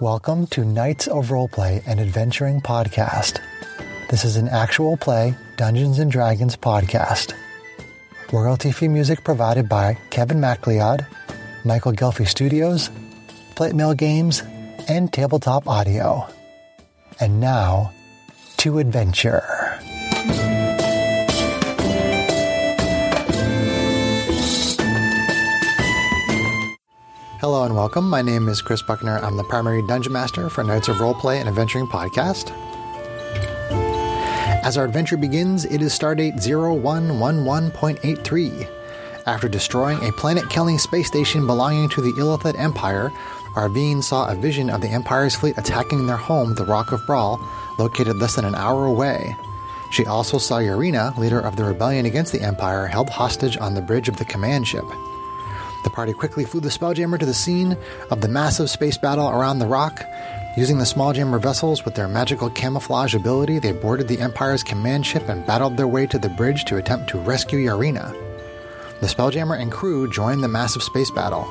Welcome to Knights of Roleplay and Adventuring Podcast. This is an actual play Dungeons and Dragons podcast. Royalty free music provided by Kevin MacLeod, Michael Gelfie Studios, Plate Mail Games, and Tabletop Audio. And now, to adventure. Hello and welcome. My name is Chris Buckner. I'm the primary dungeon master for Knights of Roleplay and Adventuring Podcast. As our adventure begins, it is stardate 0111.83. After destroying a planet killing space station belonging to the Illithid Empire, Arvine saw a vision of the Empire's fleet attacking their home, the Rock of Brawl, located less than an hour away. She also saw Yarina, leader of the rebellion against the Empire, held hostage on the bridge of the command ship. The party quickly flew the Spelljammer to the scene of the massive space battle around the rock. Using the Smalljammer vessels with their magical camouflage ability, they boarded the Empire's command ship and battled their way to the bridge to attempt to rescue Yarina. The Spelljammer and crew joined the massive space battle.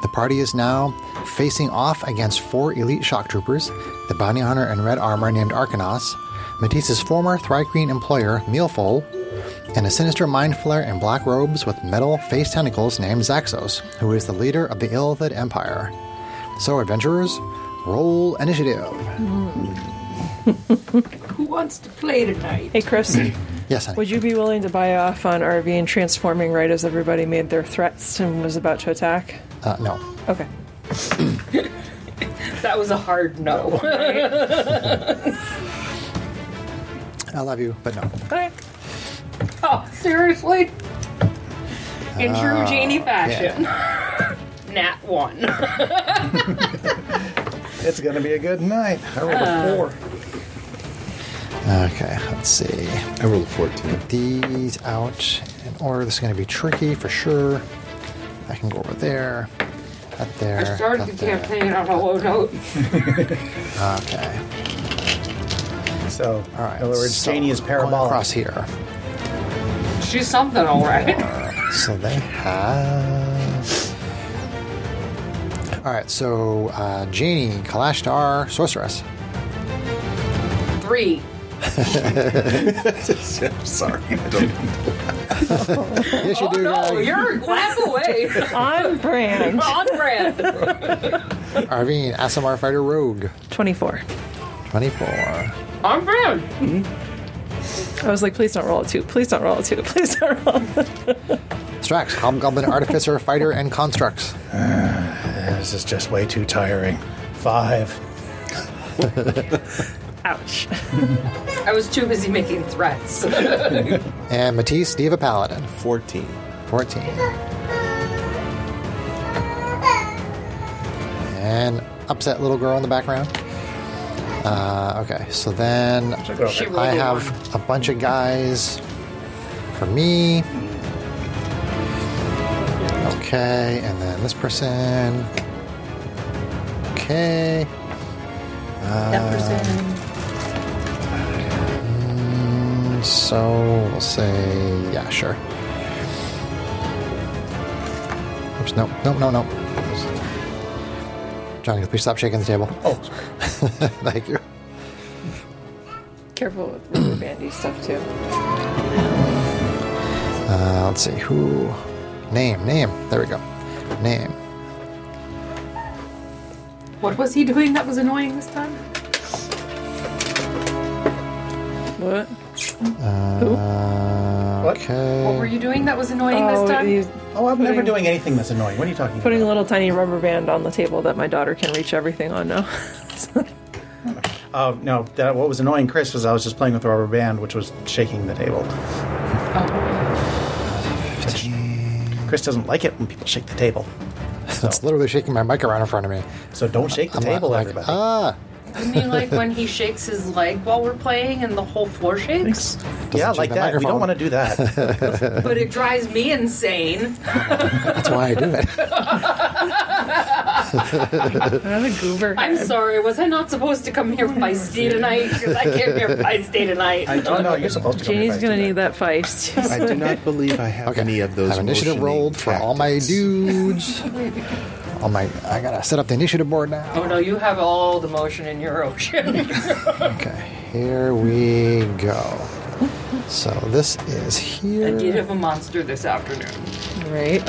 The party is now facing off against four elite shock troopers, the bounty hunter in red armor named Arcanos, Matisse's former Thrycreen employer, Mealful, and a sinister mind flayer in black robes with metal face tentacles named Zaxos, who is the leader of the Illithid Empire. So, adventurers, roll initiative. Who wants to play tonight? Hey Chris, Yes, honey. would you be willing to buy off on RV and transforming right as everybody made their threats and was about to attack? Uh, no. Okay. That was a hard no. I love you, but no. Okay. oh, seriously? In true Janie fashion. Nat one. It's gonna be a good night. I rolled a four. Okay, let's see. I rolled a fourteen. These out in order. This is going to be tricky for sure. I can go over there. Up there. I started up the there. campaign on a low note. Okay. Uh, So, All right. in other words, so Janie is going parabolic. Across here. She's something, all right. So they have. All right, so uh, Janie, Kalashtar, Sorceress. Three. Sorry. Yes, you Oh do, no, guys. you're a glass away. On brand. on brand. Arvine, Asimar Fighter Rogue, 24. 24. On brand. I was like, please don't roll a two. Please don't roll a two. Please don't roll. a-" Strax, Hobgoblin Artificer, Fighter, and Constructs. this is just way too tiring. Five. Ouch. I was too busy making threats. And Matisse, Diva Paladin, 14. 14. And upset little girl in the background. Uh, okay, so then She rolled I a have one. a bunch of guys for me. Okay, and then this person. Okay. that person. Mm, So we'll say, yeah, sure. Oops, no, no, no, no. Johnny, please stop shaking the table. Oh, sorry. Thank you. Careful with rubber bandy stuff too. Uh, let's see who. Name, name. There we go. Name. What was he doing that was annoying this time? What? Uh, What? okay. What were you doing that was annoying Oh, this time? he's oh, I'm never Putting- doing anything that's annoying. What are you talking putting a about? little tiny rubber band on the table that my daughter can reach everything on now. Oh no, that what was annoying, Chris, was I was just playing with a rubber band, which was shaking the table. Chris doesn't like it when people shake the table, It's literally shaking my mic around in front of me. so don't shake the I'm table, like, everybody. ah, Wouldn't you like when he shakes his leg while we're playing and the whole floor shakes? yeah, shake like the that. We microphone. don't want to do that. But it drives me insane. that's why I do it. I'm a goober. I'm sorry, was I not supposed to come here feisty tonight? Because I came here feisty tonight. I don't know. You're supposed to. come here Janie's if I gonna do need that feist. I do not believe I have Okay. any of those. I have initiative motioning rolled for all my tactics. dudes. Oh my! I gotta set up the initiative board now. Oh no, you have all the motion in your ocean. Okay, here we go. So this is I did here. have a monster this afternoon, Right.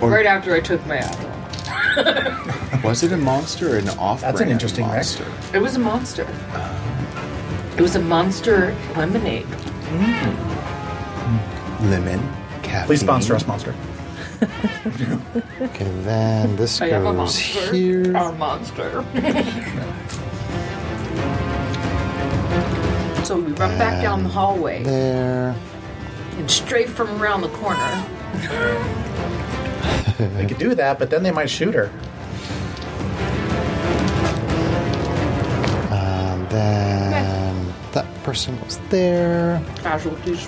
Or- right after I took my apple. Was it a monster or an off? That's an interesting mech. monster. It was a monster. It was a monster lemonade. Lemon. Caffeine. Please sponsor us, Monster. Okay, then this I am a goes monster. here. Our monster. so we run back down the hallway There. and straight from around the corner. They could do that, but then they might shoot her. Um, then that person goes there. Casualties.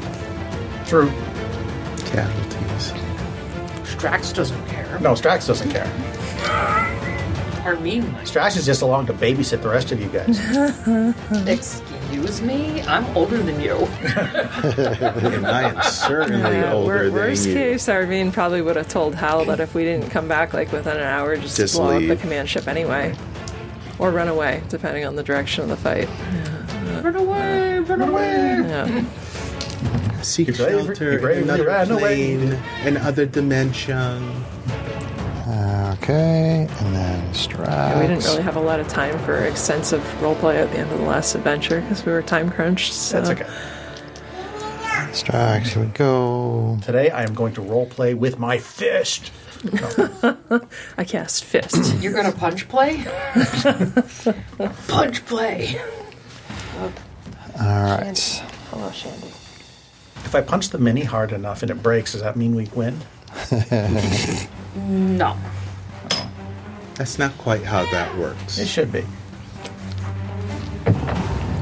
True. Casualties. Strax doesn't care. No, Strax doesn't care. Armin might. Strax is just along to babysit the rest of you guys. Excuse me? I'm older than you. and I am certainly Yeah, older Uh, wor- than worst you. case, Arvine probably would have told Hal that if we didn't come back like within an hour, just, Just blow leave. up the command ship anyway, or run away, depending on the direction of the fight. Run away, run away. Yeah. Seek You bravely- you shelter bravely in another ran away. plane, another dimension. Okay, and then Strax. Yeah, we didn't really have a lot of time for extensive roleplay at the end of the last adventure because we were time crunched. So. That's okay. Strax, here we go. Today I am going to role play with my fist. I cast fist. You're gonna punch play? punch play. All right. Hello, Shandy. If I punch the mini hard enough and it breaks, does that mean we win? No. That's not quite how that It works. should be.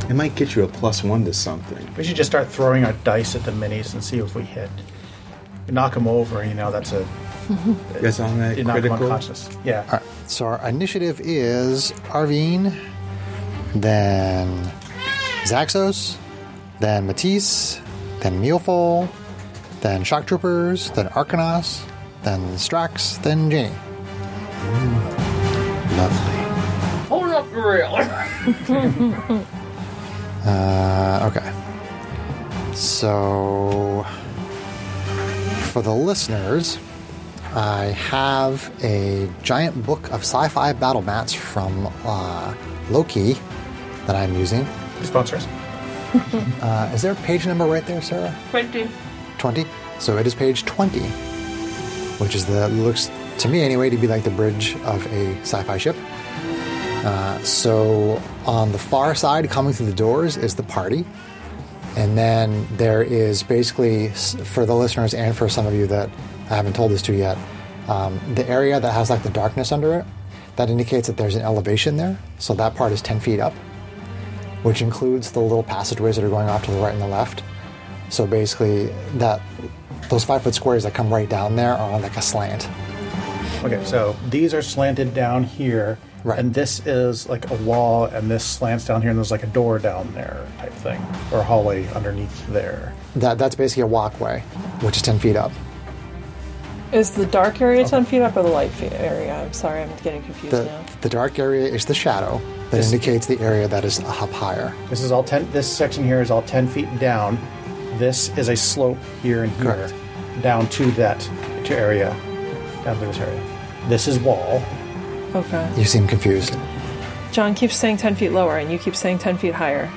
It might get you a plus one to something. We should just start throwing our dice at the minis and see if we hit. You knock them over, you know, that's a. That's on that You knock 'em critical. unconscious. Yeah. All right. So our initiative is Arvine, then Zaxos, then Matisse, then Mealful, then Shock Troopers, then Arcanos, then Strax, then Jenny. Lovely. Hold up the rail. Uh, okay. So, for the listeners, I have a giant book of sci fi battle mats from uh, Loki that I'm using. Sponsors. Uh, is there a page number right there, Sarah? 20. 20. So it is page 20, which is the looks to me anyway to be like the bridge of a sci-fi ship. Uh, so on the far side, coming through the doors, is the party, and then there is basically s- for the listeners and for some of you that I haven't told this to yet, um, the area that has like the darkness under it, that indicates that there's an elevation there. So that part is 10 feet up, which includes the little passageways that are going off to the right and the left. So basically, that those five foot squares that come right down there are on like a slant. Okay, so these are slanted down here, Right. and this is like a wall, and this slants down here, and there's like a door down there type thing, or a hallway underneath there. That that's basically a walkway, which is ten feet up. Is the dark area 10 feet up or the light fe- area? I'm sorry, I'm getting confused The now. the dark area is the shadow that This- indicates the area that is up higher. This is all ten. This section here is all ten feet down. This is a slope here and here, Correct. down to that to area, down to this area. This is wall. Okay. You seem confused. John keeps saying 10 feet lower and you keep saying 10 feet higher.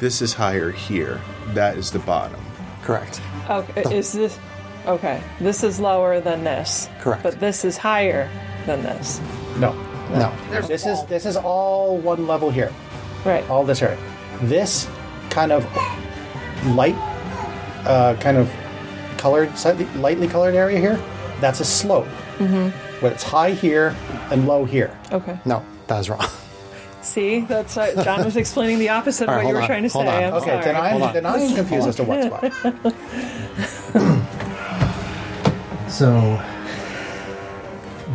This is higher here. That is the bottom. Correct. Okay, is this okay? This is lower than this. Correct. But this is higher than this. No, No. this is this is all one level here. Right. all this area. This kind of light, uh, kind of colored, slightly lightly colored area here, that's a slope. Mm-hmm. But it's high here and low here. Okay. No, that is wrong. See, that's what John was explaining the opposite of All right, what you hold were on, trying to hold say. on. I'm Okay, then sorry. Hold I'm on. then I'm confused as to what's what. So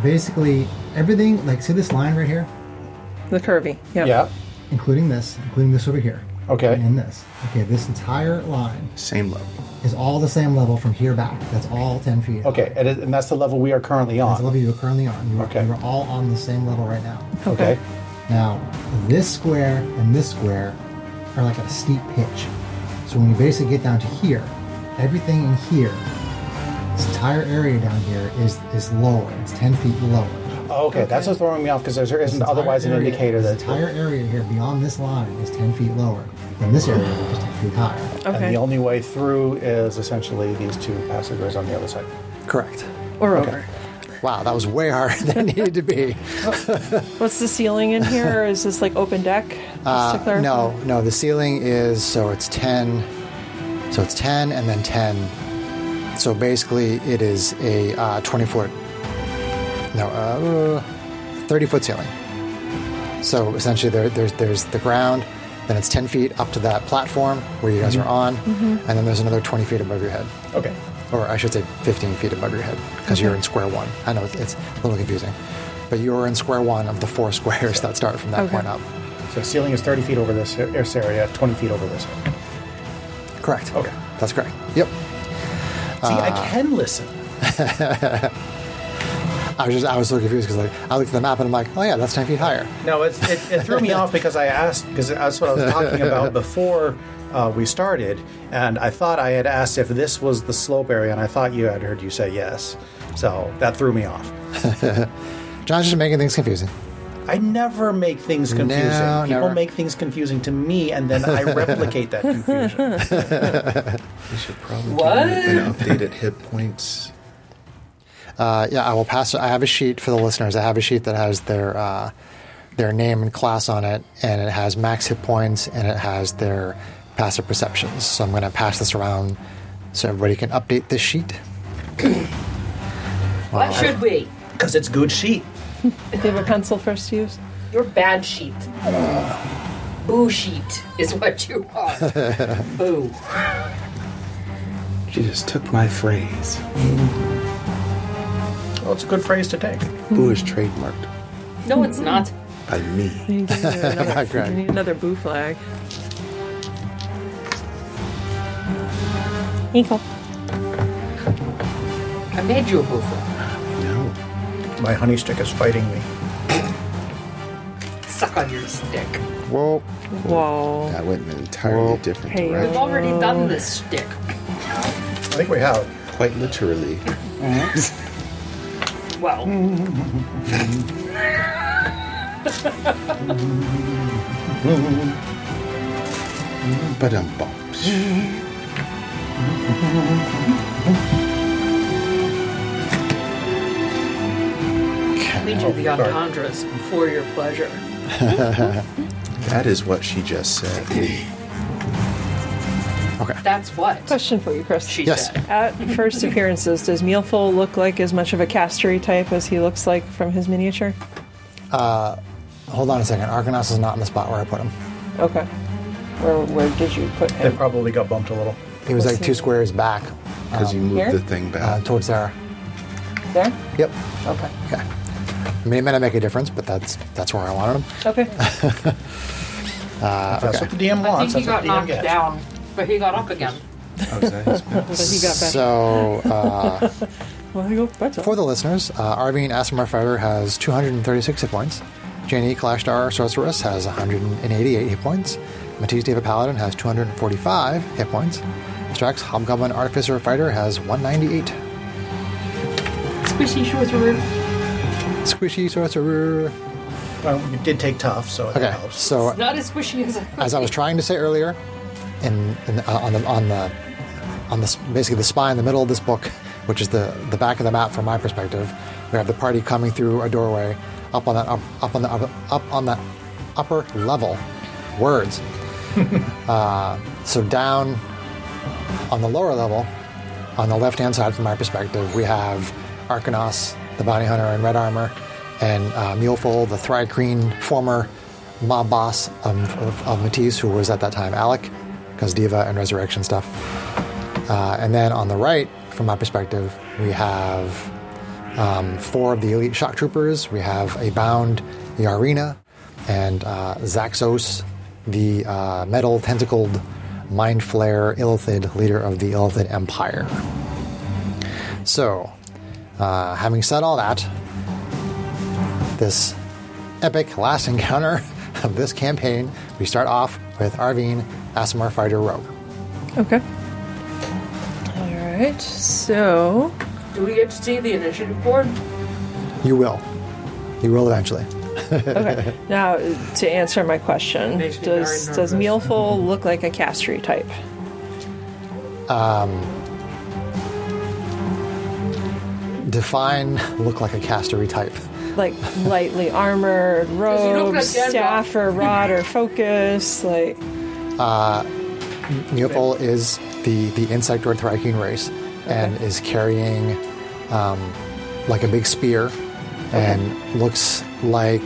basically, everything like see this line right here, the curvy. Yep. Yeah. including this, including this over here. Okay. and this. Okay, this entire line Same level. is all the same level from here back. That's all 10 feet. Okay, and, it- and that's the level we are currently That's the on. level you're currently on. You're, Okay. you're all on the same level right now. Okay. Now, this square and this square are like a steep pitch. So when you basically get down to here, everything in here, this entire area down here is is lower. It's 10 feet lower. Okay, that's what's throwing me off because there isn't This entire otherwise an area- indicator this that. entire area here beyond this line is 10 feet lower. And this area is 10 feet higher. And Okay. the only way through is essentially these two passageways on the other side. Correct. Or over. Wow, that was way harder than it needed to be. What's the ceiling in here? Or is this like open deck? Just to Uh, clarify. no, no. The ceiling is so it's ten, so it's ten and then ten. So basically, it is a uh, twenty foot, no, uh, thirty foot ceiling. So essentially, there, there's there's the ground, then it's ten feet up to that platform where you guys are on, and then there's another twenty feet above your head, Okay. or I should say fifteen feet above your head because you're in square one. I know it's, it's a little confusing, but you are in square one of the four squares that start from that Okay. point up. So ceiling is 30 feet over this, this area, 20 feet over this. area. Correct. Okay. That's correct. Yep. See, Ah. I can listen. I was just I was so confused because like I looked at the map and I'm like, oh yeah, that's ten feet higher. No, it's, it, it threw me off because I asked because that's what I was talking about before uh, we started, and I thought I had asked if this was the slope area, and I thought you had heard you say yes, so that threw me off. John's just making things confusing. I never make things confusing. No, People never. make things confusing to me, and then I replicate that confusion. We should probably What? give you an update at hit points. Uh, yeah, I will pass. I have a sheet for the listeners. I have a sheet that has their uh, their name and class on it, and it has max hit points and it has their passive perceptions. So I'm going to pass this around so everybody can update this sheet. What should we? Because it's good sheet. Do you have a pencil for us to use? Your bad sheet. Boo sheet is what you are. Boo. She just took my phrase. Well, it's a good phrase to take. Boo is trademarked No, it's not. by me. You need another, Correct. you need another boo flag. Eagle. I made you a boo flag. No. My honey stick is fighting me. Suck on your stick. Whoa! Whoa. That went in an entirely Well, different hey, direction. We've already done this stick. I think we have. Quite literally. Well, But I'm bumped. we do the entendres for your pleasure. That is what she just said. That's what Question for you, Chris. she Yes. said. At first appearances, does Mealful look like as much of a castery type as he looks like from his miniature? Hold on a second. Arcanos is not in the spot where I put him. Okay. Where, where did you put They him? probably got bumped a little. He was like Let's two see. squares back Because you moved here? the thing uh, back. towards Sarah. There? Yep. Okay. Okay. I mean, it may not make a difference, but that's that's where I wanted him. Okay. If that's what the DM I Oh, wants. think he That's what got the DM knocked gets. down, but he got up again. Oh, is that his back? So he got back. So. Uh, well, he got better. For the listeners, uh, Arvine Asmar Fighter has 236 hit points. Janie Clashdar Sorceress has 188 hit points. Matisse David Paladin has 245 hit points. Strax Hobgoblin Artificer Fighter has 198. Squishy shorter. Squishy Sorcerer. Well, you did take tough, so it Okay, helps. so Not as squishy as I as I was trying to say earlier, in, in uh, on the on the on the s- basically the spine in the middle of this book, which is the the back of the map from my perspective, we have the party coming through a doorway up on that up, up on the up, up on that upper level. Words. uh, so down on the lower level, on the left hand side from my perspective, we have Arcanos, the bounty hunter in red armor, and uh, Muleful, the Thrycreen former mob boss um, of, of Matisse, who was at that time Alec, because Diva and Resurrection stuff. Uh, and then on the right, from my perspective, we have um, four of the elite shock troopers. We have a bound Yarina and uh, Zaxos, the uh, metal tentacled mind flare Illithid, leader of the Illithid Empire. So, uh, having said all that, this epic last encounter of this campaign, we start off with Arvine, Asimar Fighter Rogue. Okay. All right. So Do we get to see the initiative board? You will. You will eventually. okay. now, to answer my question, Makes me does very does nervous. Mealful look like a castry type? Define look like a castery type. Like lightly armored, he look robe, like Gandalf? staff, or rod, or focus? Like, Neopol is the, the insect or Thryking race and is carrying um, like a big spear and looks like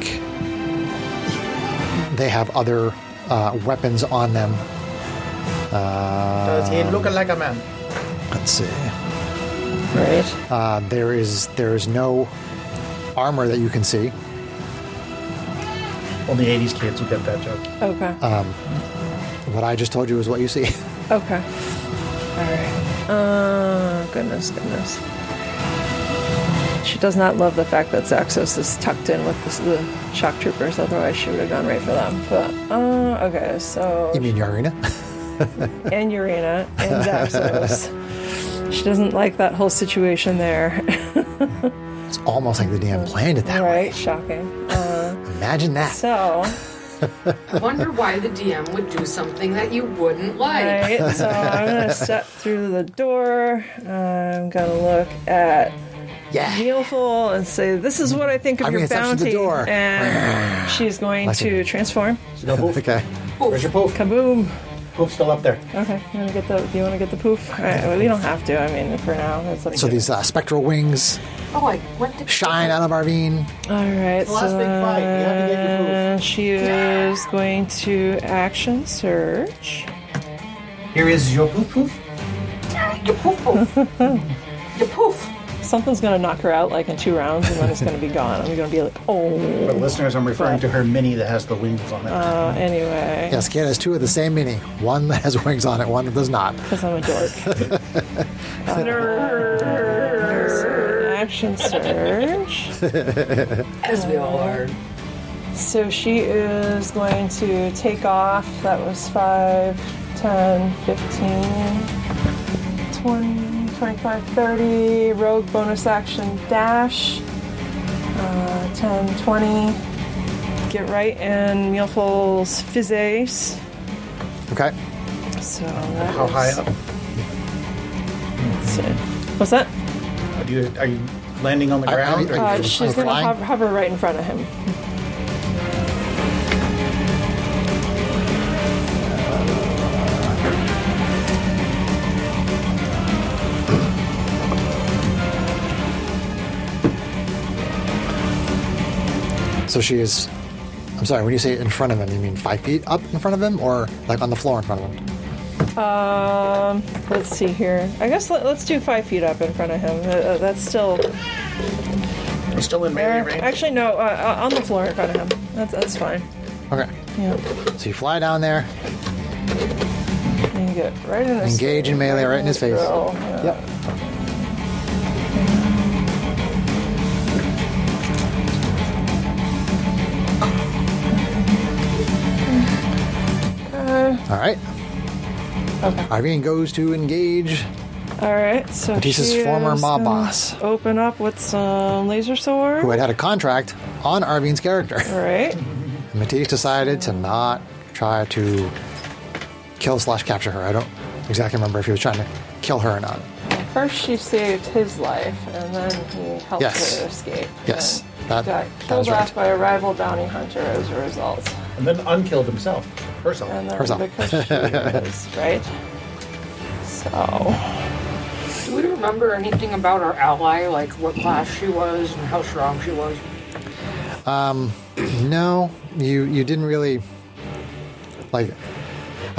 they have other uh, weapons on them. Does um, he look like a man? Let's see. right? Uh, there is there is no armor that you can see. Only 80s kids will get that joke. Okay. What I just told you is what you see. Okay. All right. Oh, goodness, goodness. She does not love the fact that Zaxos is tucked in with the, the shock troopers, otherwise, she would have gone right for them. But, uh, okay, so. you mean Yarina? And Urena and Zaxos. she doesn't like that whole situation there. it's almost like the damn planned it that right? Shocking. Uh, way. Imagine that. so, I wonder why the DM would do something that you wouldn't like. right, so I'm going to step through the door. I'm going to look at yeah. Neilful and say, "This is what I think of I'm your gonna touch the bounty." door. And she's going Like to it. transform. No poof. Okay. Where's your poof? Kaboom! Poof's still up there. Okay, you want to get the? Do you want to get the poof? All right, well, we don't have to. I mean, for now, that's like So these uh, spectral wings Oh, I went to shine out of Arvine. All right, the last so big fight. You have to get your poof. then she is going to action search. Here is your poof poof. You poof poof. you poof. Something's going to knock her out like in two rounds, and then it's going to be gone. I'm going to be like, oh. For listeners, I'm referring to her mini that has the wings on it. Oh. Uh, anyway, Yes, Kate has two of the same mini. One that has wings on it, one that does not. because I'm a dork. Nerd. Action search. As we all are. So she is going to take off. That was 5, 10, 15, 20, 25, 30. Rogue bonus action dash. Uh, 10, 20. Get right in Mealful's Fizzace. Okay. So that How high is- up? let's see. What's that? Are you, are you landing on the I- I- ground? or I- are Uh, you- she's going to flying? hover, hover right in front of him. So she is. I'm sorry. When you say in front of him, you mean five feet up in front of him, or like on the floor in front of him? Um, let's see here. I guess let, let's do five feet up in front of him. Uh, Uh, that's still I'm still in melee there. range. Actually, no, uh, uh, on the floor in front of him. That's that's fine. Okay. Yeah, So you fly down there. and get right in his Engage in melee right in his face. grill. Yeah. Yep. All right. Okay. Irene goes to engage. All right. So Batista's she former is mob gonna boss. Open up with some laser sword. Who had had a contract on Arvine's character. All right. Matisse decided to not try to kill slash capture her. I don't exactly remember if he was trying to kill her or not. First, she saved his life, and then he helped Yes. her escape. Yes, and that- got that killed is right. off by a rival bounty hunter as a result. and then unkilled himself. Herself. And then Herself. because she is, right? So. Do we remember anything about our ally, like what class she was and how strong she was? No, you you didn't really like.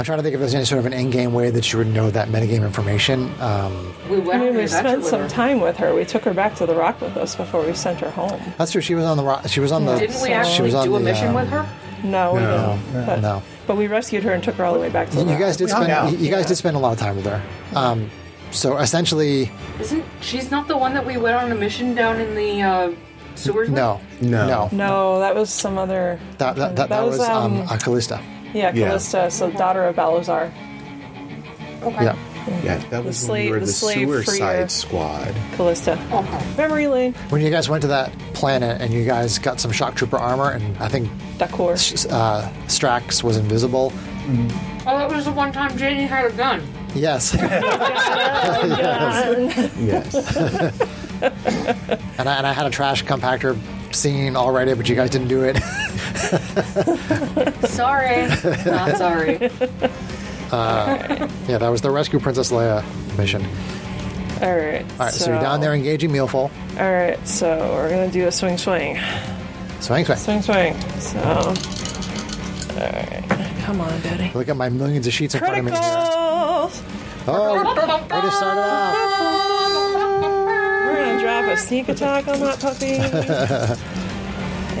I'm trying to think if there's any sort of an end game way that you would know that metagame information. Um, We went I on mean, an we adventure spent with some her. time with her. We took her back to the rock with us before we sent her home. that's true. She was on the ro- she was on the Didn't we So- she actually was on do a the, mission um, with her? No, we No. didn't. But, No. but we rescued her and took her all the way back to. You the guys did hung spend. out. You, you guys Yeah. did spend a lot of time with her. Um, so essentially, Isn't she's not the one that we went on a mission down in the uh, sewers? with? no, No. No, that was some other. That that, that, that was um, uh, Callista. yeah, Yeah. Callista, so daughter of Balazar. Okay. Yeah. Yeah, that was when slave- we were the the, slave sewer freer. side squad. Callista, Okay. memory lane. When you guys went to that planet and you guys got some shock trooper armor, and I think Dakor. uh, Strax was invisible. Oh, that was the one time Jenny had a gun. Yes, and, Yes. I, and I had a trash compactor scene already, but you guys didn't do it. Sorry. not sorry. yeah, that was the rescue Princess Leia mission. All right. All right, so, you're down there engaging Mealful. All right, so we're gonna do a swing, swing, Swing, swing. swing, swing. So, all right, come on, Betty. Look at my millions of sheets in front of me. Here. Criticals. Oh, way to start it off. We're gonna drop a sneak attack on that puppy,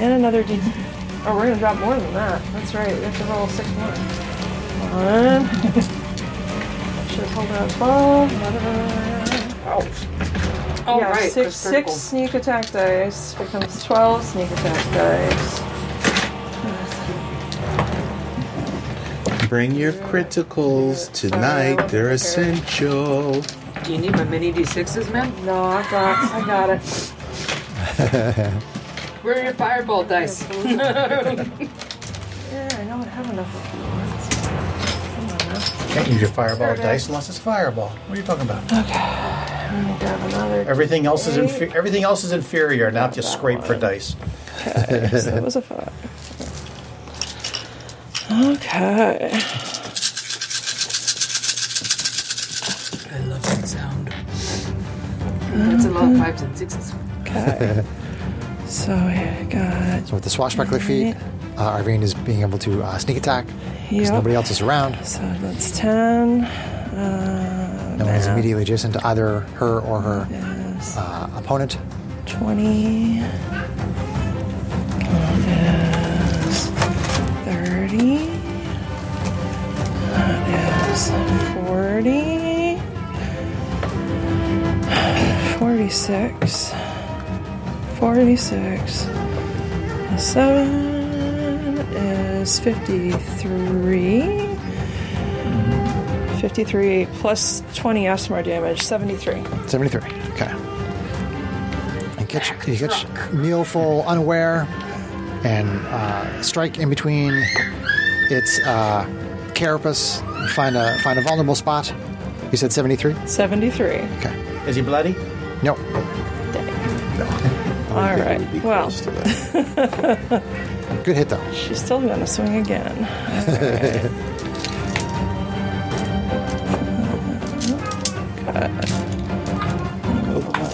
and another D. Oh, we're gonna drop more than that. That's right. We have to roll six more. One. Should hold out twelve. All yeah, right. six, Chris Kirkle. six sneak attack dice becomes 12 sneak attack dice. Bring your criticals tonight. They're essential. Do you need my mini D6s, man? No, I got, I got it. Where are your fireball dice? Yeah, I don't have enough of them. Can't use your fireball dice unless it's fireball. What are you talking about? Let me grab another. Everything else is infe- everything else is inferior, not just scrape for dice. So that was a five. Okay. I love that sound. That's a lot of fives and sixes. Okay. So here I got. So with the swashbuckler feet, uh, Irene is being able to uh, sneak attack because Yep. nobody else is around. So uh, that's 10. Uh, No one's map, immediately adjacent to either her or her uh, opponent. 20. That is 30. That is 40. 46. 46. A 7 is 53. 53 plus 20 asthma damage, 73. 73. Okay. And catch, you catch Mealful unaware and uh, strike in between its uh, carapace. Find a find a vulnerable spot. You said 73? 73. Okay. Is he bloody? Nope. All right. Well. Good hit, though. She's still gonna swing again.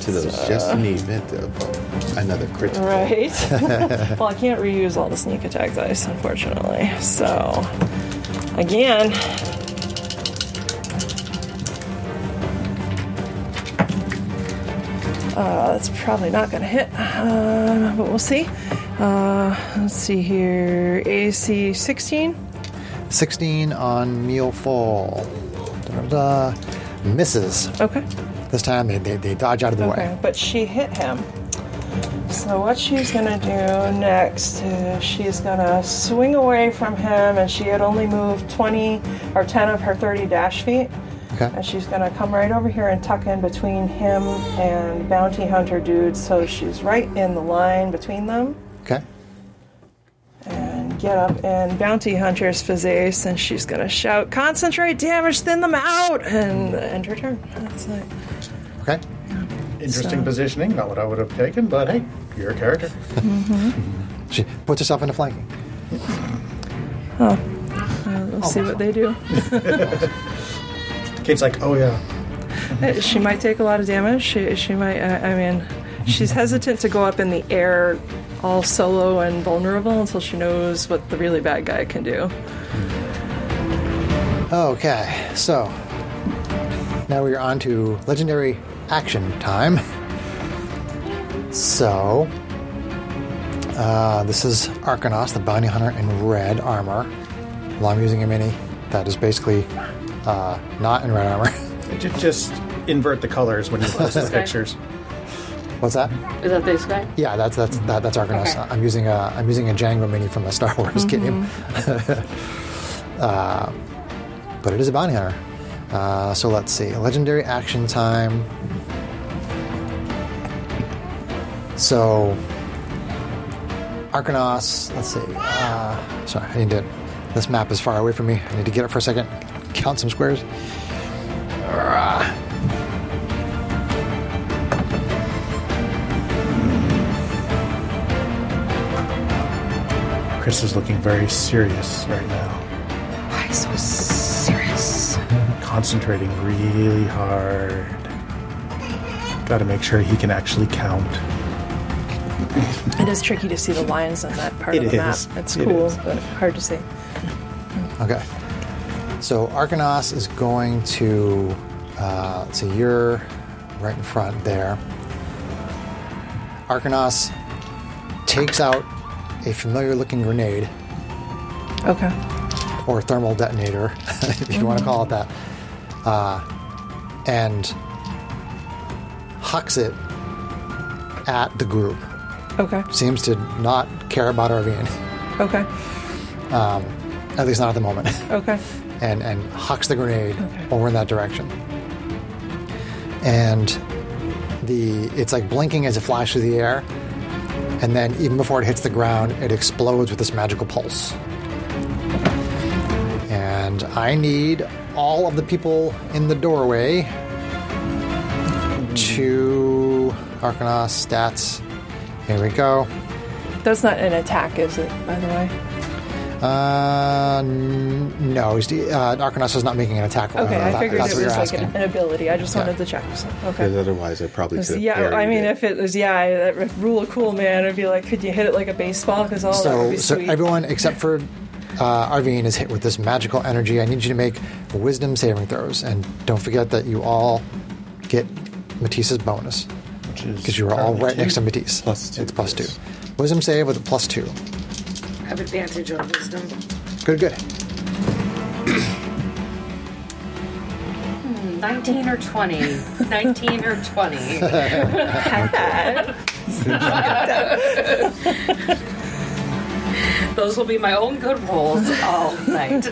to those just in the event of another critical. uh, Right. well, I can't reuse all the sneak attack dice, unfortunately. So, again. Uh, that's probably not going to hit, uh, but we'll see. Uh, let's see here. AC 16. 16 on Mealful. Da-da-da. Misses. Okay. This time they, they, they dodge out of the Okay, way. but she hit him. So what she's gonna do next is she's gonna swing away from him, and she had only moved 20 or 10 of her 30 dash feet, Okay. and she's gonna come right over here and tuck in between him and bounty hunter dude. So she's right in the line between them, Okay. and get up in bounty hunter's physique, and she's gonna shout, "Concentrate damage, thin them out," and end her turn. That's it. Okay. Interesting So- positioning. Not what I would have taken, but hey, you're a character. She puts herself into flanking. We'll see what they do. Kate's like, oh yeah. Uh, She might take a lot of damage. She she might. Uh, I mean, she's hesitant to go up in the air, all solo and vulnerable until she knows what the really bad guy can do. Okay, so now we're on to legendary action time. So, Uh, this is Arcanos, the bounty hunter in red armor. Well, I'm using a mini that is basically uh, not in red armor. Ju- Just invert the colors when you post the Okay. pictures. What's that? Is that this guy? Yeah, that's that's that, that's Arcanos. Okay. I'm using a I'm using a Django mini from a Star Wars game. uh, but it is a bounty hunter. Uh, so let's see. Legendary action time. So Arcanos, let's see. Uh, sorry, I need to. This map is far away from me. I need to get it for a second. Count some squares. Chris is looking very serious right now, Why so serious? concentrating really hard. Got to make sure he can actually count. It is tricky to see the lines on that part It of the is. map. It's It cool, is. but hard to see. Okay. So Arcanos is going to. Uh, let's see, you're right in front there. Arcanos takes out a familiar looking grenade Okay. or thermal detonator, if you want to call it that, uh, and hucks it at the group. Okay. Seems to not care about Arvine, Okay. at least not at the moment. Okay. and, and hucks the grenade Okay. over in that direction. And the it's like blinking as it flies through the air, and then even before it hits the ground, it explodes with this magical pulse. And I need all of the people in the doorway to Arcanos stats. Here we go. That's not an attack, is it? By the way. Uh, n- no, he's, uh, Arcanos is not making an attack. roll. Okay, I That- figured it that's what was you're like an, asking. an ability. I just Yeah. wanted to check. So, Because okay. otherwise, I probably could have Yeah, I parried mean, it. if it was yeah, I- that r- rule of cool man, it'd be like, could you hit it like a baseball? Because all that would So, Oh, be so sweet. everyone except for uh, Arvine is hit with this magical energy. I need you to make wisdom saving throws, and don't forget that you all get Matisse's bonus Which is because you were all currently right two. next to Matisse. Plus two, It's plus two. yes. Wisdom save with a plus two. I have advantage on wisdom. Good, good. 19 or 20. 19 or 20. Those will be my own good rolls all night.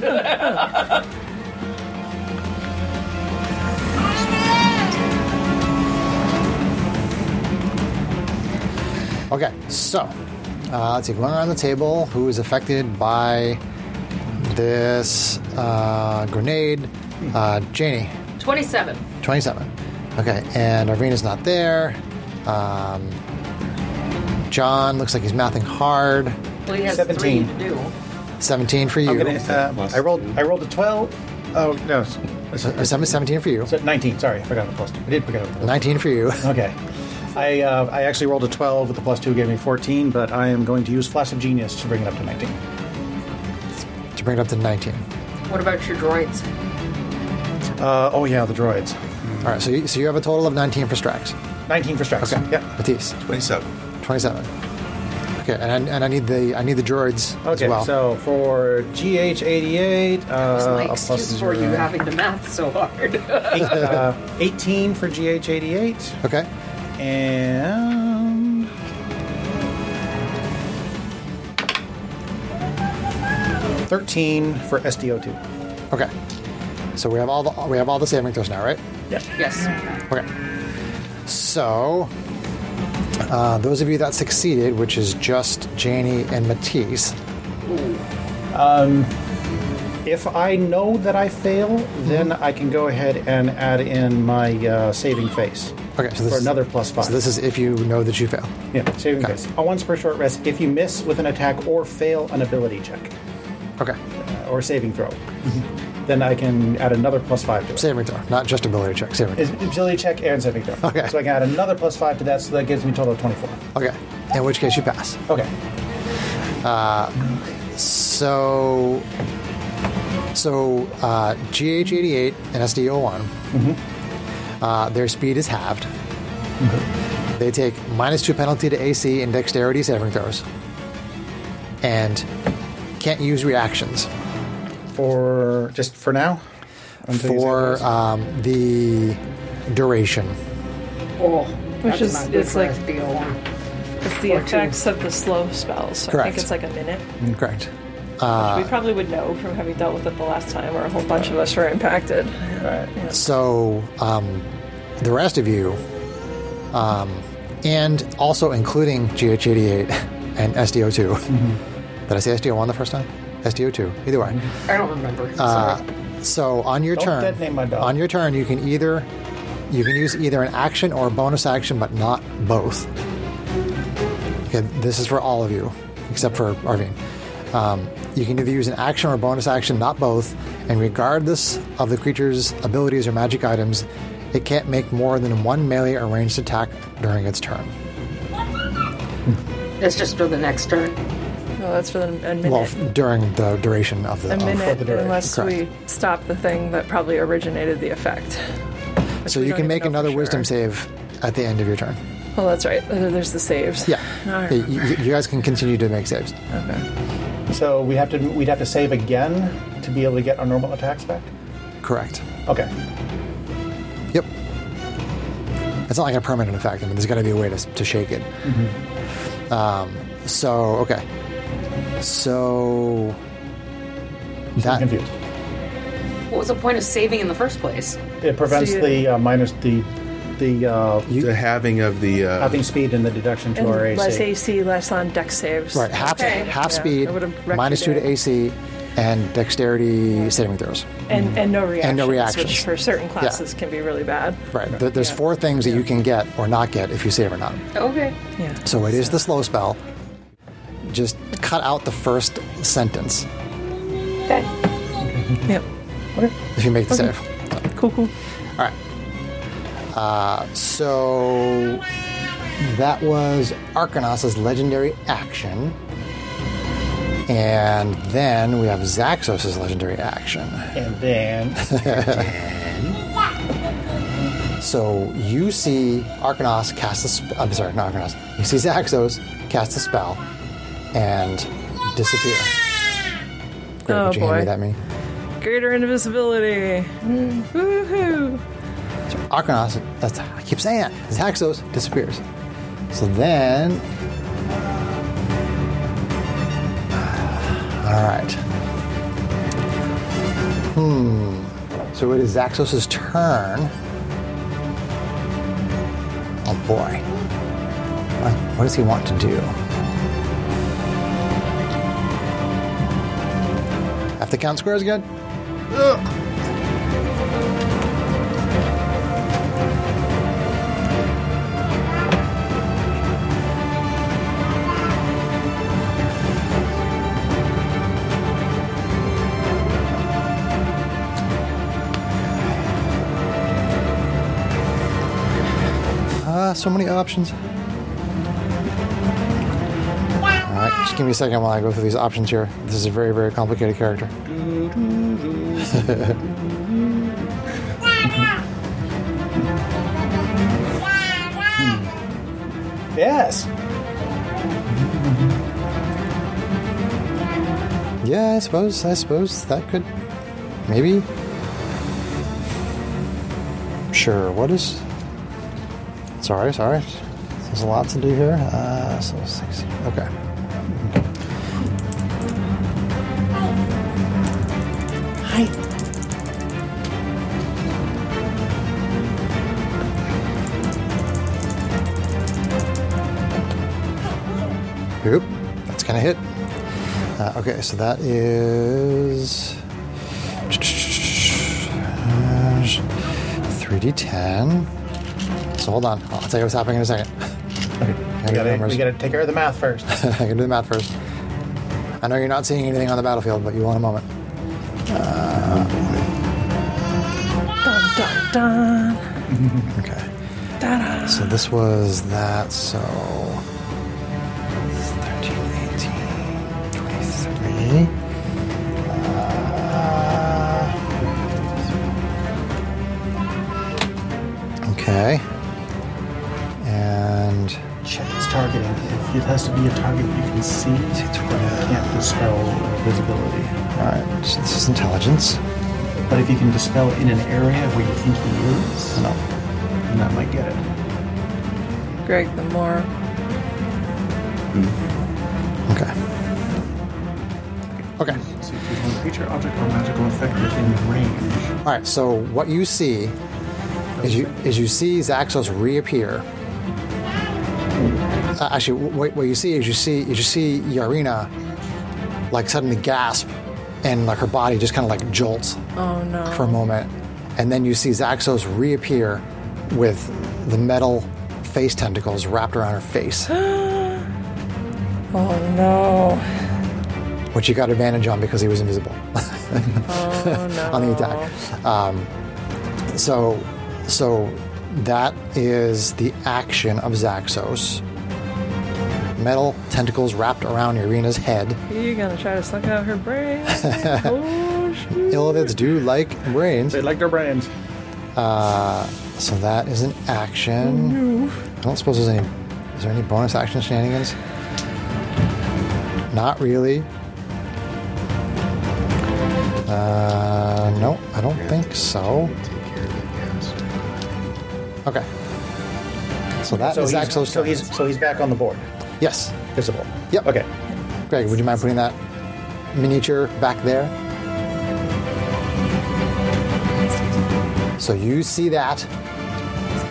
Okay, so uh, let's see. Going around the table, who is affected by this uh, grenade? Uh, Janie. 27. 27. Okay, and Arvina's not there. Um, John looks like he's mathing hard. Well, he has 17. three to do. 17 for you. I'm gonna, uh, Plus I rolled. two. I rolled a twelve. Oh no, s- So- uh, seven- 17 for you. so nineteen. Sorry, I forgot the plus two. I did forget. The plus 19 for you. Okay. I uh, I actually rolled a twelve with the plus two gave me fourteen, but I am going to use flash of genius to bring it up to nineteen. To bring it up to 19. What about your droids? Uh, oh yeah, the droids. All right, so you, so you have a total of 19 for Strax. Nineteen for strikes. Okay. Yeah. Matisse, 27. 27. Okay, and I, and I need the I need the droids as Okay. well. So for GH eighty eight, That's uh, my a plus excuse for you zero. having the math so hard. Eight, uh, eighteen for GH eighty eight, okay, and thirteen for SDO two. okay. So we have all the we have all the saving throws now, right? Yeah. yes. Okay. So, uh, those of you that succeeded, which is just Janie and Matisse, If I know that I fail, then Mm-hmm. I can go ahead and add in my uh, saving face. Okay, so this for is- another plus five. so this is if you know that you fail. yeah, saving Okay. face. A once per short rest, if you miss with an attack or fail an ability check Okay. uh, or saving throw, then I can add another plus five to it. Saving throw, not just ability check, saving It's throw. ability check and saving throw. Okay. So I can add another plus five to that, so that gives me a total of twenty-four. Okay. In which case you pass. Okay. So, so uh, GH88 and SD01, uh, their speed is halved. They take minus two penalty to AC and dexterity saving throws. and can't use reactions For just for now? Until you say for otherwise? um, the duration. Oh, that's Which is- not good it's for like- us to be alone. It's the Or two. effects of the slow spells. So I Correct. Uh, think it's like a minute. Correct. we probably would know from having dealt with it the last time, or a whole bunch of us were impacted. So um, the rest of you, um, and also including GH88 and SDO2. Did I say SDO1 the first time? SDO2. Either way. I don't remember. Sorry. So on your Don't turn, detonate my dog. on your turn, you can either you can use either an action or a bonus action, but not both. Okay, this is for all of you except for Arvine. Um, you can either use an action or a bonus action, not both, and regardless of the creature's abilities or magic items, it can't make more than one melee or ranged attack during its turn. It's just for the next turn. No, that's for the, a minute. Well, f- during the duration of the a of- minute, duration, unless correct. we stop the thing that probably originated the effect. Which so we you don't can even make know for another sure. wisdom save at the end of your turn. Well, that's right. Uh, There's the saves. Yeah. All right. Y- y- You, guys can continue to make saves. So we have to we'd have to save again to be able to get our normal attacks back? Correct. Okay. Yep. It's not like a permanent effect. I mean, there's got to be a way to, to shake it. Um, so, okay. So. I'm That, confused. What was the point of saving in the first place? It prevents So you- the uh, minus the the uh, the having of the uh, having speed and the deduction to And our less AC. AC, less on deck saves. right, half, Okay. half Yeah, speed, I would've wrecked minus you two to there. AC, and dexterity saving throws. And, and no reactions. no reactions. Which for certain classes can be really bad. Right. Th- There's four things that you can get or not get if you save or not. Okay. Yeah. So it is the slow spell. Just cut out the first sentence Okay. Yep. if you make the save. Cool, cool. All right. Uh, so that was Arcanos' legendary action. And then we have Zaxos' legendary action. And then So you see Arcanos cast a spell. I'm sorry, not Arcanos. You see Zaxos cast a spell and disappear. Great, Oh, would you hand me boy. that meaning? Greater invisibility. Woohoo. Arcanos, that's, I keep saying that. Zaxos disappears. So then. All right. Hmm. Hmm. So it is Zaxos' turn. Oh boy. What, what does he want to do? I have to count squares again? Ah, so many options. All right, just give me a second while I go through these options here. This is a very, very complicated character. yes, Yeah, I suppose, I suppose that could, maybe. Sure. What is? Sorry, sorry. There's a lot to do here. Uh, so six. Okay. Oop, that's gonna hit. Uh, okay, so that is uh, 3d10. So hold on, I'll tell you what's happening in a second. I we got gotta, numbers. we gotta take care of the math first. I can do the math first. I know you're not seeing anything on the battlefield, but you will in a moment. Dun, dun, dun. Okay. Ta-da. So this was that, so. 13, 18, 23. Uh, okay. And. Shit, it's targeting. If it has to be a target you can see, you can't dispel visibility. Alright, so this is intelligence. But if you can dispel in an area where you think he is, No. then that might get it. Greg, the more Okay. Okay. So you choose one creature, object, or magical effect within range. All right. So what you see is you is you see Zaxos reappear. Uh, actually, wh- what, what you see is you see is you see Yarina like suddenly gasp, and like her body just kind of like jolts Oh no. for a moment, and then you see Zaxos reappear with the metal face tentacles wrapped around her face, Oh no. which you got advantage on because he was invisible. Oh no. on the attack. Um, so, so that is the action of Zaxos. Metal tentacles wrapped around Irina's head. You're gonna try to suck out her brain. oh shoot. Illithids do like brains. They like their brains. So that is an action. I don't suppose there's any. Is there any bonus action shenanigans? Not really. Uh, no, I don't think so. Okay. So that So is he's, Axel's so turn. he's so he's back on the board, yes. visible. Yep. Okay. Greg, would you mind putting that miniature back there? So you see that,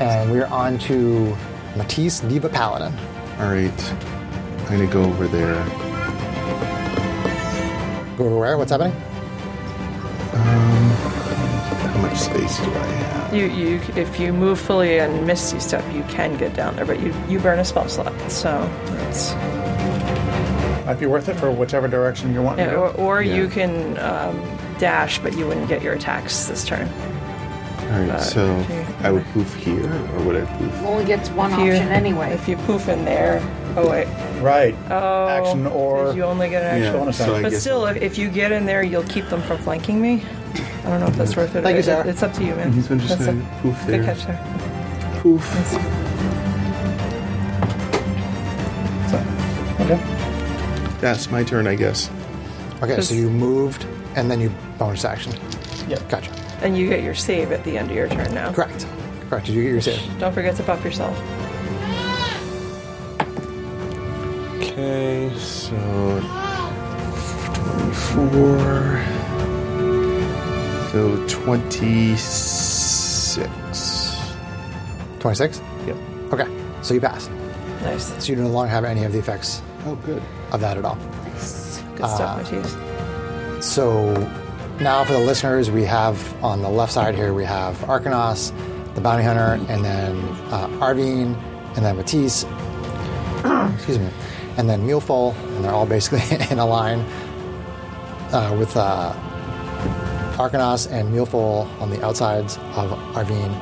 and we're on to Matisse Diva Paladin. All right. I'm going to go over there. Go over where? What's happening? How much space do I have? You, you, if you move fully and misty step, you can get down there, but you, you burn a spell slot. So, it's, Might be worth it for whichever direction you want. to or, go. or Yeah. you can um, dash, but you wouldn't get your attacks this turn. All right, Uh, so I would poof here, or would I poof? Only gets one If you- option anyway. If you poof in there, oh wait, Right. oh, Action or did you only get an action. Yeah. bonus action. I But guess still, if, if you get in there, you'll keep them from flanking me. I don't know if that's worth it. Thank you, It- Sarah. It's up to you, man. He's been just That's going a- to poof Good there. catch there. Poof. okay. That's my turn, I guess. Okay, Just- so you moved and then you bonus action. Yeah. Gotcha. And you get your save at the end of your turn now. Correct. Correct. Did you get your save? Don't forget to buff yourself. Okay, so 24. So 26. 26? Yep. Okay, so you pass. Nice. So you no longer have any of the effects Oh, good. of that at all. Good Ah. stuff, Matisse. So now for the listeners, we have on the left side here, we have Arcanos, the bounty hunter, and then uh, Arvine, and then Matisse, excuse me, and then Muleful, and they're all basically in a line uh, with uh, Arcanos and Muleful on the outsides of Arvine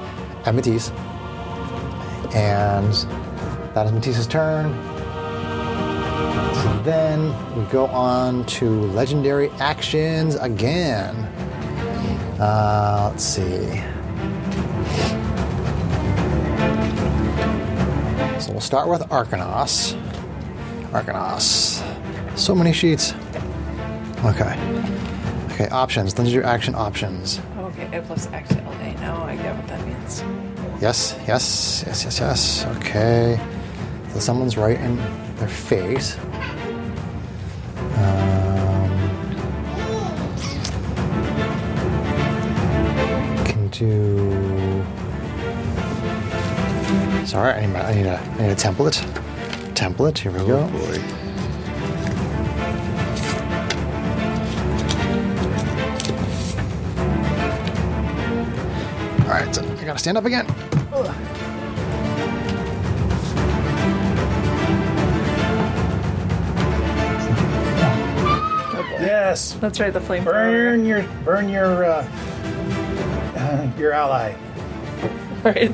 and Matisse. And that is Matisse's turn. So then we go on to legendary actions again. Uh, let's see. So we'll start with Arcanos. Arcanos. So many sheets. Okay. Okay, options. Legendary action options. Oh, Okay, A plus XLA. Now I get what that means. Yes, yes, yes, yes, yes. Okay. So someone's right in their face. Um, can do. Sorry, I need, my, I need, a, I need a template. Template, here we go. Oh, Boy. All right, so I gotta stand up again. Ugh. Yes. That's right, the flame. Burn your burn your uh, uh, your ally. Right.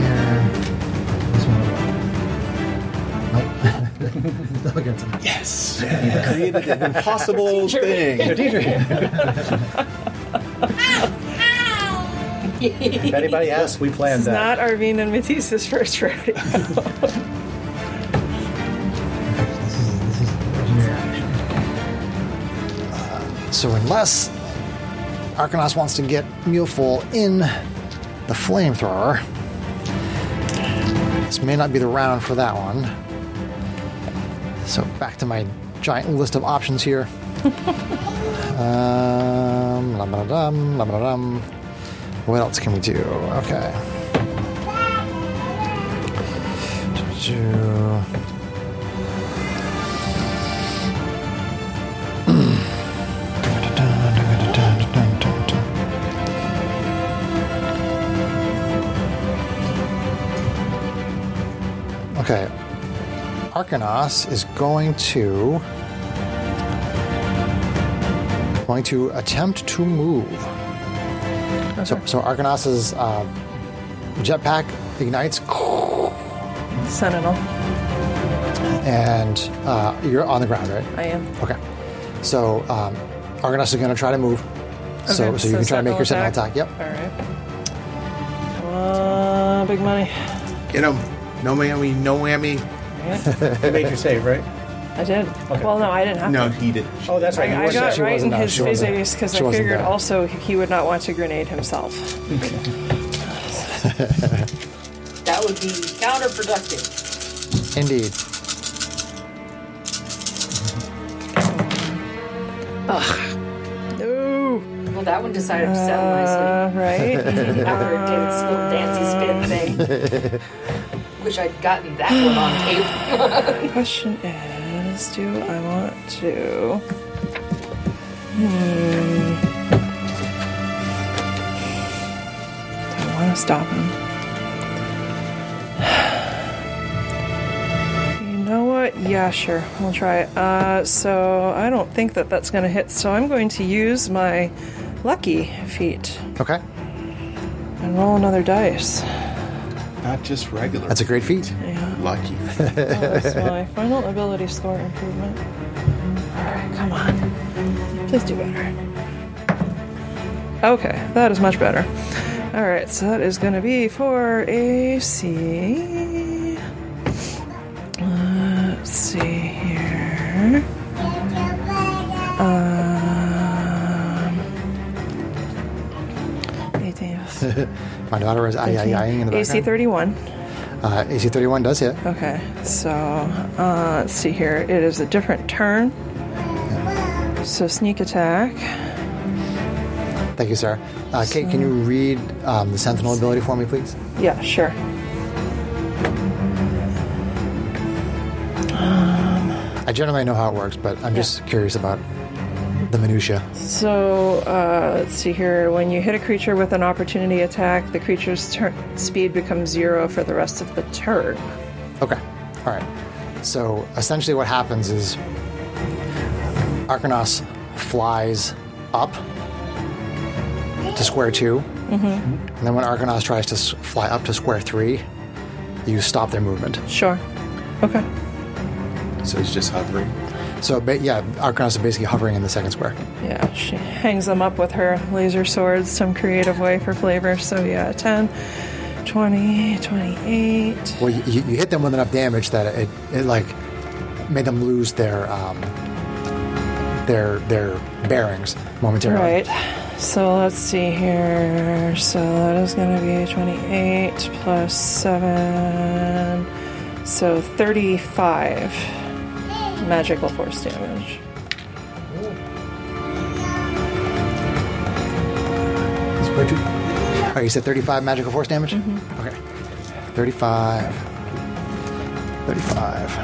Yeah. This one. Nope. Look at them. Yes. You created an impossible thing. if anybody asks, we planned It's that. not Arvine and Matisse's first rodeo. This is this is legendary action. So unless Arcanos wants to get Muleful in the flamethrower, this may not be the round for that one. So back to my giant list of options here. um, lam-a-dum, lam-a-dum. What else can we do? Okay. Do- Okay. Arcanos is going to going to attempt to move. So, so Arcanos's uh, jetpack ignites, Sentinel. and uh, you're on the ground, right? I am. Okay. So um, Argonaut is going to try to move. so, Okay, so you can try to make your sentinel attack. Yep. All right. Uh, big money. Get him. No whammy, no whammy. You made your save, right? I did. Well, no, I didn't have No, to. he did. Oh, that's right. I, You I were got there. she right in wasn't, uh, his she wasn't, face because she I wasn't figured there. also he would not want to grenade himself. That would be counterproductive. Indeed. No. Well, that one decided to settle nicely. Uh, right. After it did its little dancey spin thing. Wish I'd gotten that one on tape. question is, do I want to? Hmm. Do I want to stop him? You know what? Yeah, sure. We'll try. it. Uh, so I don't think that that's going to hit. So I'm going to use my lucky feat Okay. and roll another dice. Not just regular. That's a great feat. lucky. That's my final ability score improvement. Alright, come on. Please do better. Okay, that is much better. Alright, so that is going to be for AC. Let's see here. Um, 18. My daughter is ay ay aying in the AC background. 31. Uh, AC 31 does hit. Okay, so uh, let's see here. It is a different turn. So sneak attack. Thank you, sir. Uh, Kate, can you read um, the sentinel ability for me, please? Yeah, sure. I generally know how it works, but I'm just curious about the minutia. So uh, let's see here. When you hit a creature with an opportunity attack, the creature's turn speed becomes zero for the rest of the turn. Okay. All right. So essentially, what happens is Arcanos flies up to square 2 and then when Arcanos tries to s- fly up to square three, you stop their movement. Sure. Okay. So he's just hovering. So ba- yeah, Arcanos is basically hovering in the second square. Yeah, she hangs them up with her laser swords, some creative way for flavor. So yeah, 10, 20, 28. Well, you, you hit them with enough damage that it, it like made them lose their um, their their bearings momentarily. Right. So let's see here. So that is going to be 28 plus 7. So 35 magical force damage. It's way too- All right, you said 35 magical force damage? Okay. 35. 35.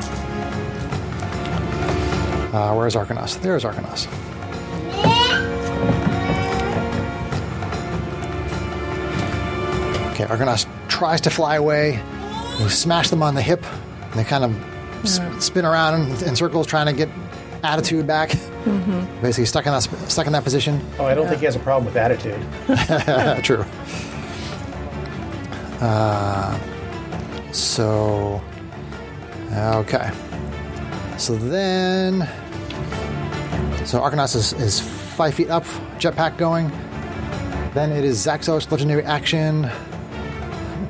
Uh, where's Arcanos? There's Arcanos. Okay, Arcanos tries to fly away. You smash them on the hip, and they kind of s- spin around in, in circles trying to get attitude back. Basically, stuck in that, sp- stuck in that position. Oh, I don't think he has a problem with attitude. Uh, true. Uh, so, okay. So then. So Arcanos is, is five feet up, jetpack going. Then it is Zaxos, legendary action.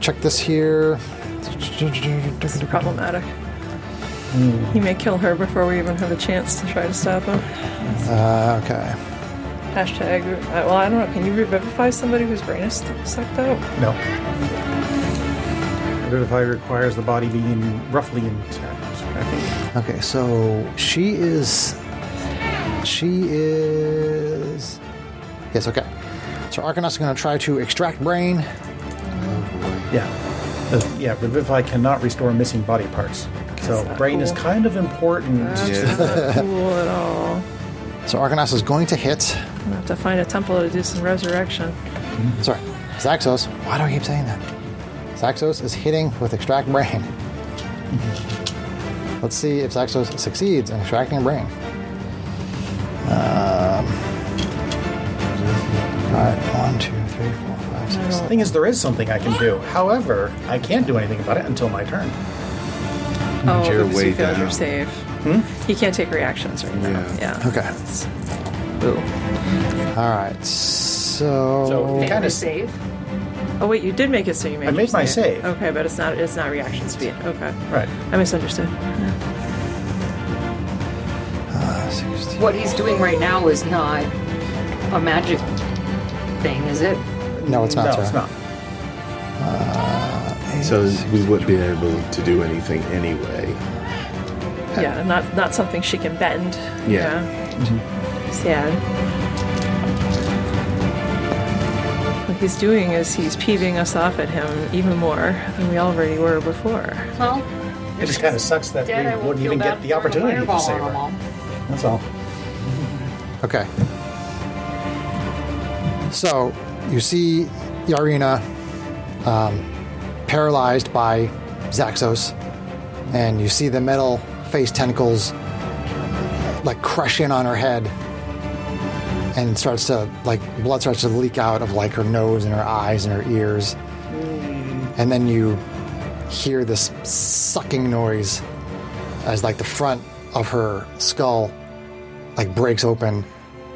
Check this here. It's problematic. He may kill her before we even have a chance to try to stop him. Uh, okay. Hashtag. uh, Well, I don't know. Can you revivify somebody whose brain is sucked out? No. Identify requires the body being roughly intact. I think. Okay, so she is. She is. Yes, okay. So Arcanos is going to try to extract brain. Yeah. Uh, yeah. Revivify cannot restore missing body parts. So not brain is cool. kind of important. Yeah. Not cool at all. So Arcanos is going to hit. I'm gonna have to find a temple to do some resurrection. Sorry, Zaxos. Why do I keep saying that? Zaxos is hitting with extract brain. Let's see if Zaxos succeeds in extracting brain. Um, five, one, two, three, four, five, six. The thing is, there is something I can do. However, I can't do anything about it until my turn. Oh, your because way you failed your down. save. He can't take reactions right now. Yeah. Okay. That's- Boo. All right. So, So- Make Kinda a s- save. Oh wait, you did make it, so you made. I your made my save. Okay, but it's not. It's not reaction speed. Okay. Right. I misunderstood. What he's doing right now is not a magic thing, is it? no, it's not. no, Sarah. it's not. So we wouldn't be able to do anything anyway. Yeah, not not something she can bend. Yeah. Sad. What he's doing is he's peeving us off at him even more than we already were before. Well, It just kind of sucks that dead, I we won't wouldn't feel even bad get for the throwing a fireball opportunity to save on 'em all. her. That's all. Okay. So you see Yarina um, paralyzed by Zaxos, and you see the metal face tentacles like crush in on her head, and it starts to like blood starts to leak out of like her nose and her eyes and her ears, and then you hear this sucking noise as like the front of her skull like breaks open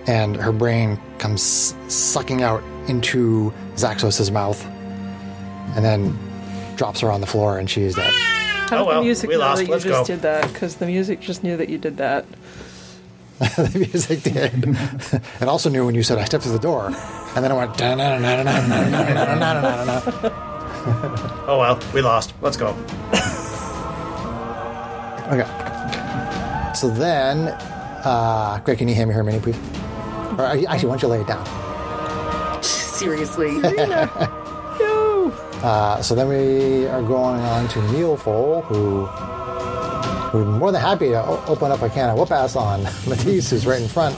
and her brain comes sucking out into Zaxos's mouth and then drops her on the floor and she is dead. How did well, the music we know lost. that you Let's just go. did that? Because the music just knew that you did that. the music did. it also knew when you said I stepped through the door and then I went da na na na na na na na na na na. Oh well, we lost. Let's go. Okay. So then uh Greg, can you hand me her mini please? Or uh, actually why don't you lay it down? seriously. No. Uh, so then we are going on to Neil Fole, who we're more than happy to o- open up a can of whoop ass on Matisse, who's right in front.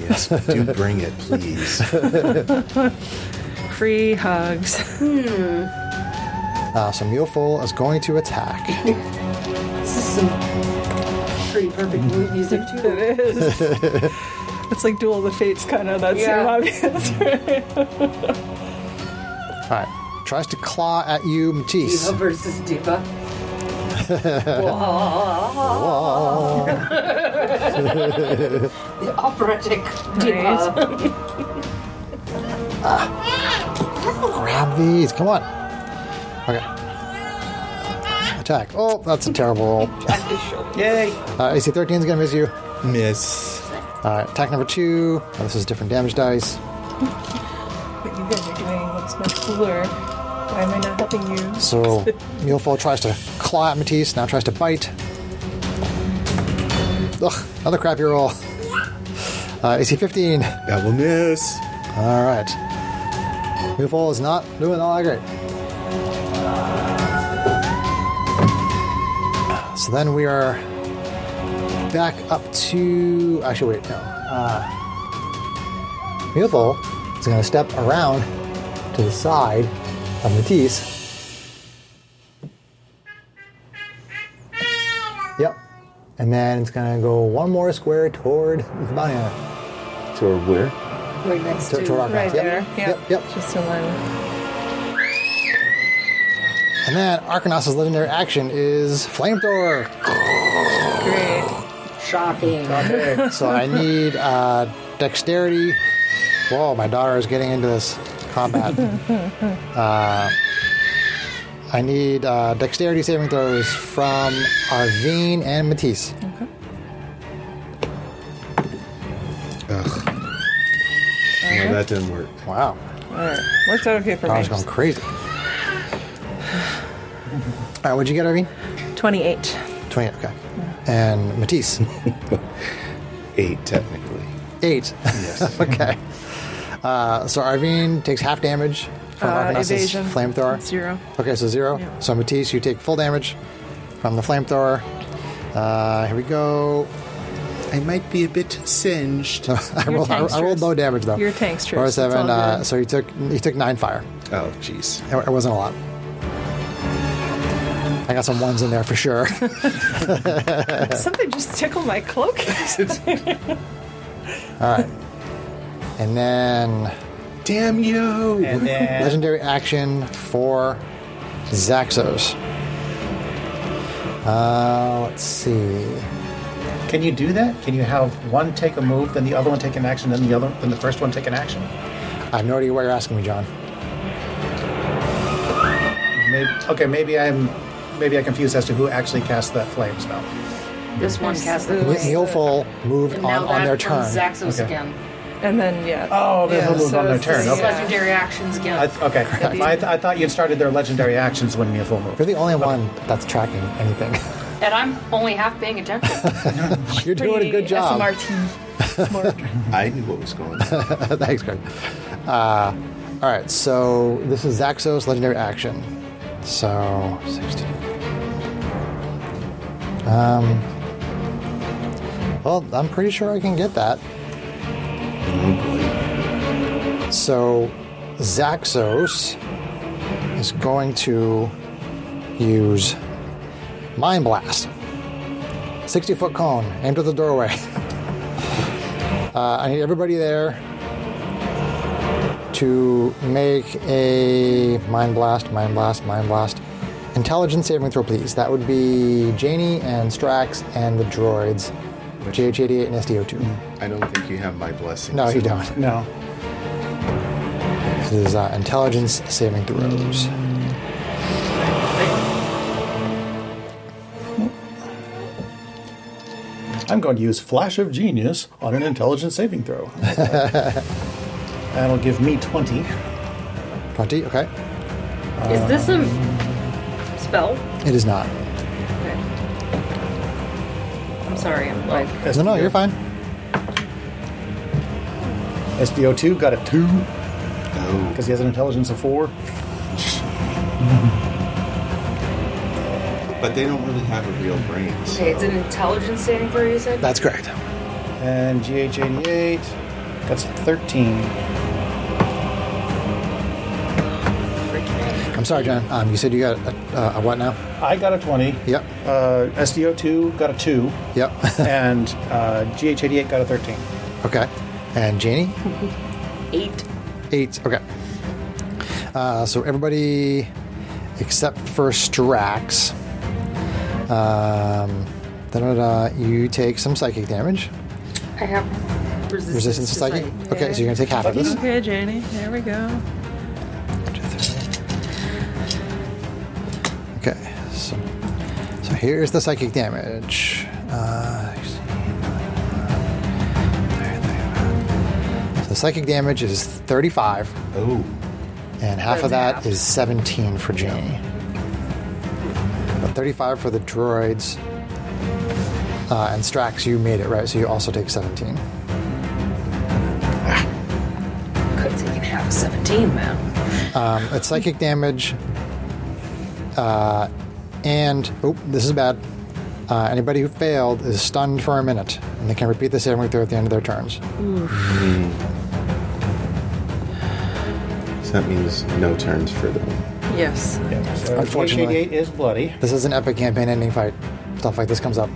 Yes, do bring it, please. Free hugs. Uh, so Muleful is going to attack. this is some pretty perfect mood music, too. it is. it's like Duel of the Fates kind of. That's Yeah. so obvious. All right, tries to claw at you, Matisse. Diva versus Diva. the operatic Diva. Grab these, come on. Okay. Attack. Oh, that's a terrible roll. Yay! Uh, AC 13 is going to miss you. Miss. All right, attack number two. Oh, this is different damage dice. What you guys are doing looks much cooler. Why am I not helping you? So Muleful tries to claw at Matisse, now tries to bite. Ugh, another crappy roll. Uh, AC 15. All That will miss. right. Muleful is not doing all that great. So then we are back up to. Actually, wait, no. Uh, Muleful is going to step around to the side of Matisse. Yep. And then it's gonna go one more square toward the bounty hunter. Toward where? Right next Toward, to toward our Right guys. yep. there. Yeah. Yep. Yep. Just in line. And then Arcanos' legendary action is flamethrower. great. Shocking. Okay. So I need uh, dexterity. Whoa, my daughter is getting into this combat. uh, I need uh, dexterity saving throws from Arvine and Matisse. Ugh. No, that didn't work. Wow, All right. Worked out okay for I me. was going crazy. All right, what'd you get, Arvine? 28. 20, okay. And Matisse, Eight, technically. eight. Yes. okay. Uh, so Arvine takes half damage from Uh, Arvanus's evasion. flamethrower. Zero. Okay, so zero. Yeah. So Matisse, you take full damage from the flamethrower. Uh, here we go. I might be a bit singed. oh, I rolled, I, I rolled tankstress. low damage though. You're tankstress. Roll It's seven. all Uh, good. so he took he took nine fire. Oh, jeez. It, it wasn't a lot. I got some ones in there for sure. Something just tickled my cloak. and then Damn you! And then legendary action for Zaxos. Uh, let's see. Can you do that? Can you have one take a move, then the other one take an action, then the other, then the first one take an action? I have no idea what you're asking me, John. Maybe, okay, maybe I'm, maybe I confused as to who actually cast that flame spell. This one cast the Ne- Neilful moved And on, now on that their turn. comes Zaxos Okay. again. and then, yeah. Oh, they Yeah, will move so on their it's turn. This the- is Okay. yeah. legendary actions again. I th- okay. I, th- I thought you'd started their legendary actions when you full move. You're the only one that's tracking anything. and I'm only half paying attention. you're doing a good E job. SMRT. Smart. I knew what was going on. Thanks, Greg. Uh, all right, so this is Zaxos legendary action. So sixteen. Um. Well, I'm pretty sure I can get that. So Zaxos is going to use Mind Blast. 60 foot cone aimed at the doorway. Uh, I need everybody there to make a mind blast, mind blast, mind blast. Intelligence saving throw, please. That would be Janie and Strax and the droids, GH88 and SDO2. I don't think you have my blessing. No, you don't. No. This is uh, intelligence saving throws. I'm going to use Flash of Genius on an intelligence saving throw. That'll give me 20. 20, okay. is this a spell? It is not. Okay. I'm sorry. I'm like No, no, you're fine. SDO2 got a 2 Oh. because he has an intelligence of 4. But they don't really have a real brain. so- okay. It's an intelligence saving throw. You said. That's correct. And GH88, that's 13. I'm sorry, John. Um, you said you got a, a, a what now? I got a 20. Yep. Uh, SDO2 got a 2. Yep. and uh, GH88 got a 13. okay. And Janie? Eight. Eight. Okay. Uh, so everybody except for Strax. Um, da-da-da, you take some psychic damage. I have resistance, Resistance to psychic. Okay, so you're gonna take half of this. okay, Janie. There we go. Okay. So, so here's the psychic damage. Uh, so psychic damage is 35, Oh. and half of That's that half. is 17 for Janie. But 35 for the droids. Uh, and Strax, you made it, right? So you also take 17. Could have taken half of seventeen, man. Um, it's psychic damage. Uh, and, oh, this is bad. Uh, anybody who failed is stunned for a minute, and they can repeat the saving throw at the end of their turns. So that means no turns for them. Yes. Yeah, so Unfortunately. GH88 is bloody. This is an epic campaign ending fight. Stuff like this comes up.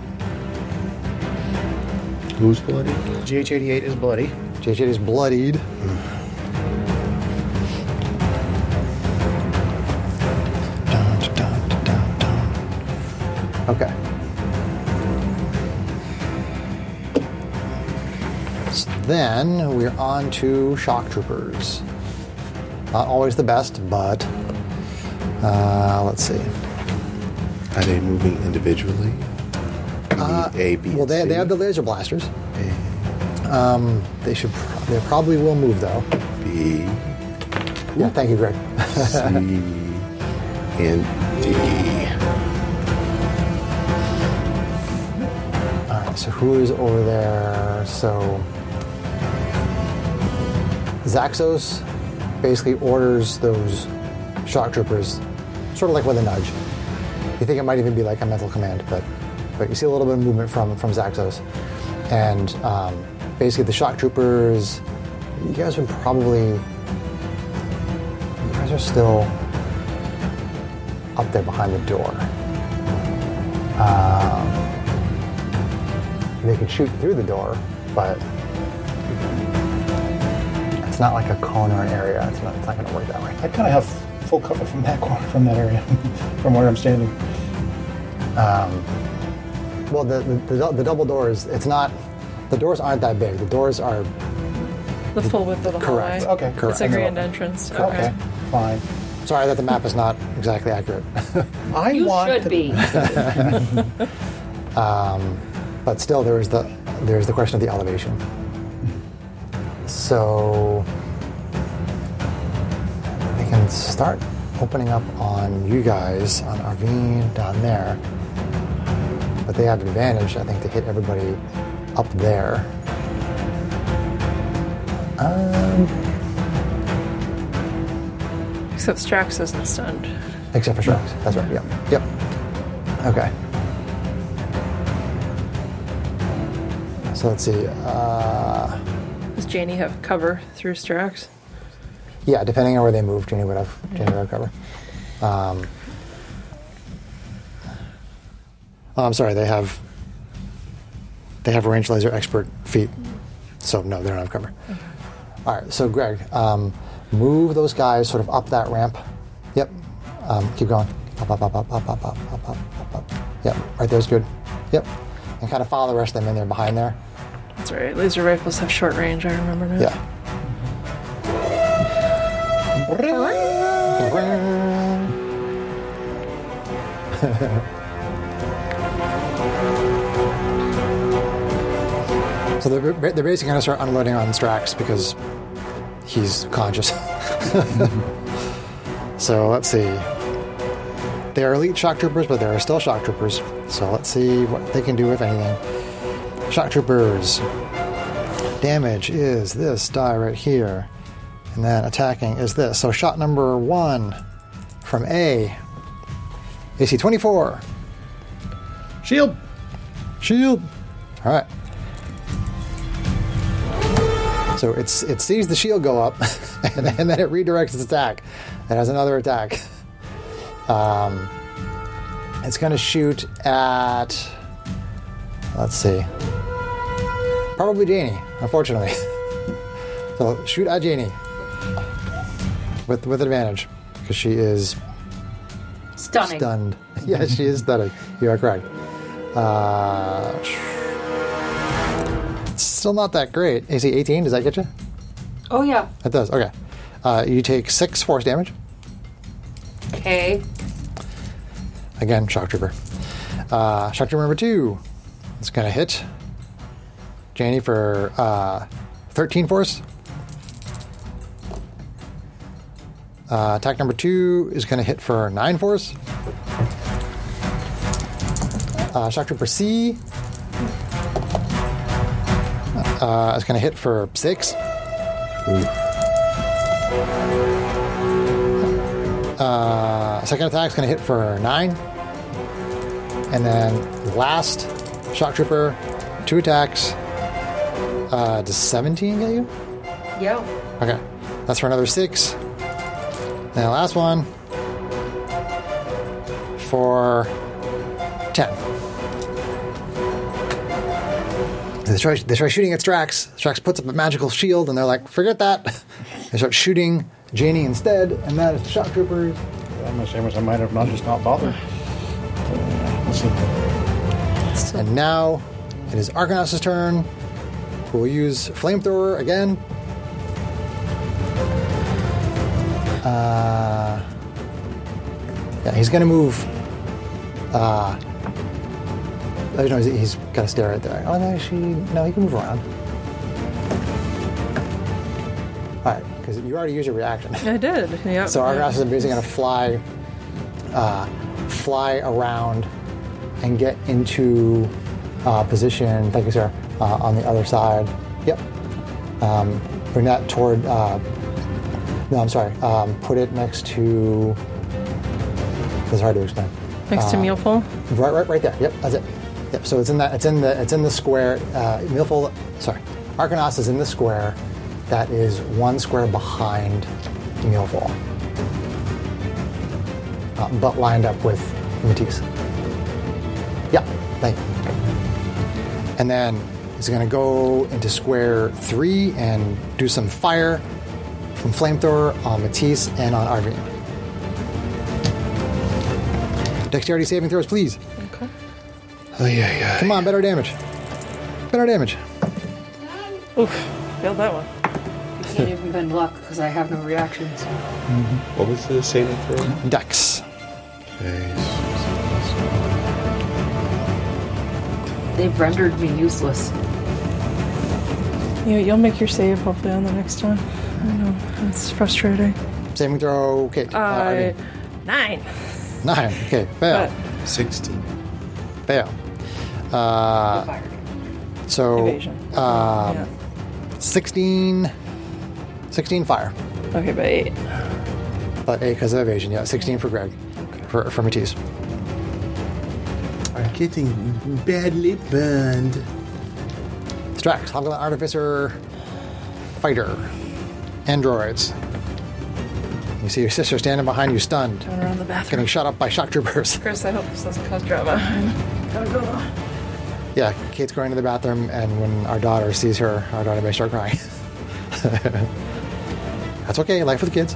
Who's bloody? GH88 is bloody. JJ is bloodied. Dun, dun, dun, dun, dun. Okay. Then we're on to shock troopers. Not always the best, but uh, let's see. Are they moving individually? Uh, a, B, Well, they, and they C? have the laser blasters. Um, A, They should. Pro- they probably will move though. B, Yeah, thank you, Greg. C, and D. All right, so who is over there? So Zaxos basically orders those shock troopers, sort of like with a nudge. You think it might even be like a mental command, but but you see a little bit of movement from from Zaxos, and um, basically the shock troopers. You guys would probably. You guys are still up there behind the door. they could shoot through the door, but it's not like a cone or an area. It's not, it's not going to work that way. I kind of have full cover from that corner, from that area, from where I'm standing. Well, the, the, the, the double doors, it's not, the doors aren't that big. The doors are The full width of the correct. hallway. Okay. It's correct. It's a grand entrance. Okay, Okay. fine. Sorry that the map is not exactly accurate, I You want should to- be. but still there is the, there is the question of the elevation. So they can start opening up on you guys, on Arvine down there. But they have an advantage, I think, to hit everybody up there. Except Strax isn't stunned. Except for sharks. That's right. Yep. Yep. Okay. So let's see. Uh, Does Janie have cover through Strax? yeah, depending on where they move, Jenny would have Jenny would have cover. Um, oh, I'm sorry. They have they have range laser expert feet, so no, they don't have cover. All right. So Greg, um, move those guys sort of up that ramp. Yep. Um, keep going. Up, up, up, up, up, up, up, up, up, up, up. Yep. Right there's good. Yep. And kind of follow the rest of them in there behind there. That's right. Laser rifles have short range. I remember now. Yeah. so they're, they're basically going to start unloading on Strax because he's conscious. so let's see. They are elite shock troopers, but they are still shock troopers. So let's see what they can do, if anything. Shock troopers damage is this die right here. And then attacking is this. So shot number one from A. AC 24. Shield. Shield. Alright. So it's it sees the shield go up and, then- and then it redirects its attack. It has another attack. Um, it's gonna shoot at let's see. Probably Janie, unfortunately. so shoot at Janie. With with advantage. Because she is Stunning. stunned. yeah, she is stunning. You are correct. Uh, it's still not that great. AC 18, does that get you? Oh yeah. It does. Okay. Uh, you take six force damage. Okay. Again, shock trooper. Uh, shock trooper number two. It's gonna hit Janie for uh, 13 force. Uh, attack number two is gonna hit for nine force. Uh, shock trooper C uh, is gonna hit for six. Uh, second attack's going to hit for nine. And then last shock trooper, two attacks. Uh, does 17 get you? Yeah. Okay. That's for another six. And the last one for 10. They try, they try shooting at Strax. Strax puts up a magical shield, and they're like, forget that. They start shooting Janie instead, and that is the shock troopers. I'm not saying I might have not just not bothered. Let's see. And now it is Argonaut's turn. We'll use flamethrower again. Uh, yeah, he's gonna move. Uh, oh, no, he's, he's gotta stare right there. Oh no, she. No, he can move around. All right, because you already used your reaction. I did. Yep. So Argos is basically going to fly, uh, fly around, and get into uh, position. Thank you, sir. Uh, on the other side. Yep. Um, bring that toward. Uh, no, I'm sorry. Um, put it next to. That's hard to explain. Next uh, to Muleful. Right, right, right there. Yep, that's it. Yep. So it's in that. It's in the. It's in the square. Uh, Milful. Sorry, Arcanos is in the square. That is one square behind Milful, uh, but lined up with Matisse. Yeah. Thank you. And then it's going to go into square three and do some fire from flamethrower on Matisse and on Arvine. Dexterity saving throws, please. Okay. Oh, yeah, yeah. Come on, better damage. Better damage. Failed that one. I can't even bend luck because I have no reactions. What was the saving throw? Dex. They've rendered me useless. You, you'll make your save hopefully on the next one. I know it's frustrating. Saving throw. Okay. Uh, I Arvine. nine. Nine. Okay. Fail. But 16. Fail. Uh, Fired. So evasion. Um, yeah. 16, 16 fire. Okay, but eight. But eight because of evasion. Yeah, 16 for Greg. For, for Matisse. I'm getting badly burned. Strax, Hogla Artificer, Fighter, androids. You see your sister standing behind you, stunned, Going around the bathroom. getting shot up by shock troopers. Chris, I hope this doesn't cause drama. Gotta go. Yeah, Kate's going to the bathroom, and when our daughter sees her, our daughter may start crying. That's okay, life with kids.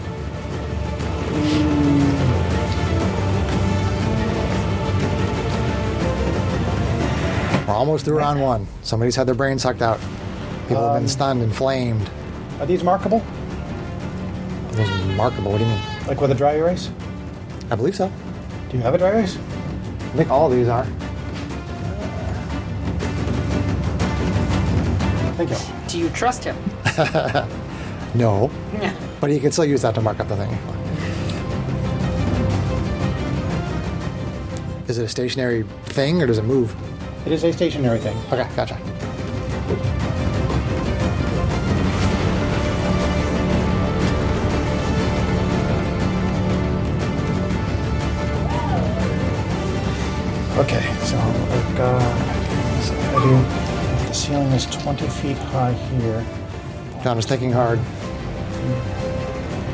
We're almost through round one. Somebody's had their brain sucked out. People have been stunned, inflamed. Are these markable? It was remarkable. What do you mean? Like with a dry erase? I believe so. Do you have a dry erase? I think all these are. Thank you. Do you trust him? No, Yeah. but you can still use that to mark up the thing. Is it a stationary thing or does it move? It is a stationary thing. Okay, gotcha. Okay, so I've got. so I do- The ceiling is 20 feet high here. John is thinking hard.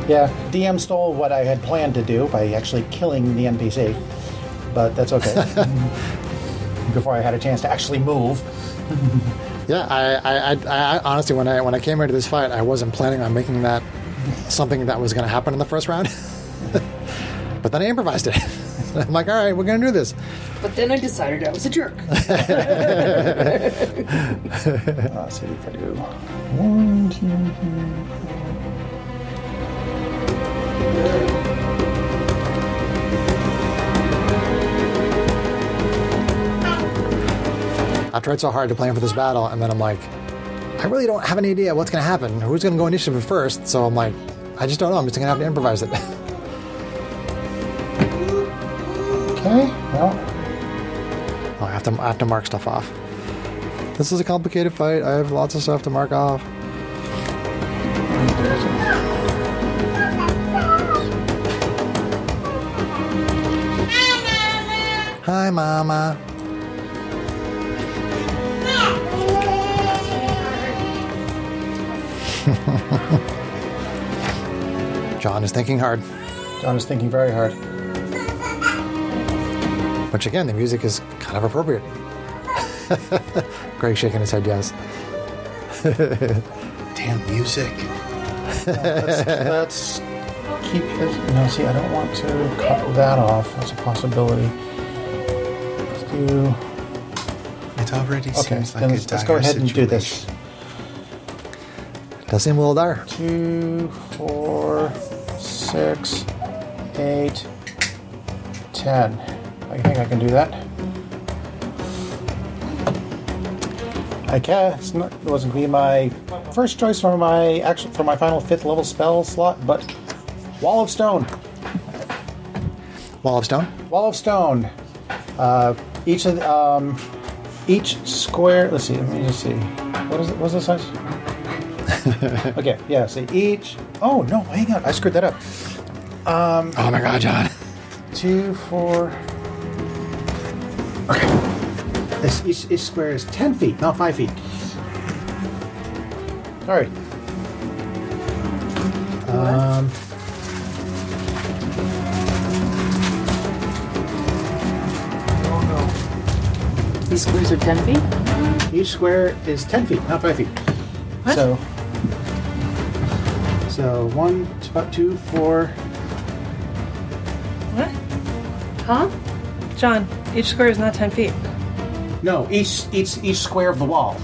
Yeah, DM stole what I had planned to do by actually killing the NPC, but that's okay. Before I had a chance to actually move. Yeah, I, I, I, I honestly, when I when I came into this fight, I wasn't planning on making that something that was going to happen in the first round. but then I improvised it. I'm like, all right, we're going to do this. But then I decided I was a jerk. Uh, let's see if I do. One, two, three. I tried so hard to plan for this battle, and then I'm like, I really don't have any idea what's going to happen. Who's going to go initiative first? So I'm like, I just don't know. I'm just going to have to improvise it. Okay, well, Oh, I have to I have to mark stuff off. This is a complicated fight. I have lots of stuff to mark off. Hi, Mama. John is thinking hard, John is thinking very hard. which again, the music is kind of appropriate. Greg shaking his head, yes. Damn music. Let's keep this. No, see, I don't want to cut that off. That's a possibility. Let's do. It already Okay, seems like then a let's, let's dire go ahead and do situation. this. Tessim Wildar. two, four, six, eight, ten. I think I can do that. I guess not, it wasn't be my first choice for my actual for my final fifth level spell slot, but Wall of Stone. Wall of Stone. Wall of Stone. Uh, each of the, um, each square. Let's see. Let me just see. What is it? What's the size? okay. Yeah. See each. Oh no! Hang on. I screwed that up. Oh my god, John. Two, four. Okay. This each, each square is ten feet, not five feet. All right. Um. These squares are 10 feet? Each square is 10 feet, not 5 feet. So, so one, t- two, four. What? Huh? John, each square is not 10 feet. No, each each each square of the wall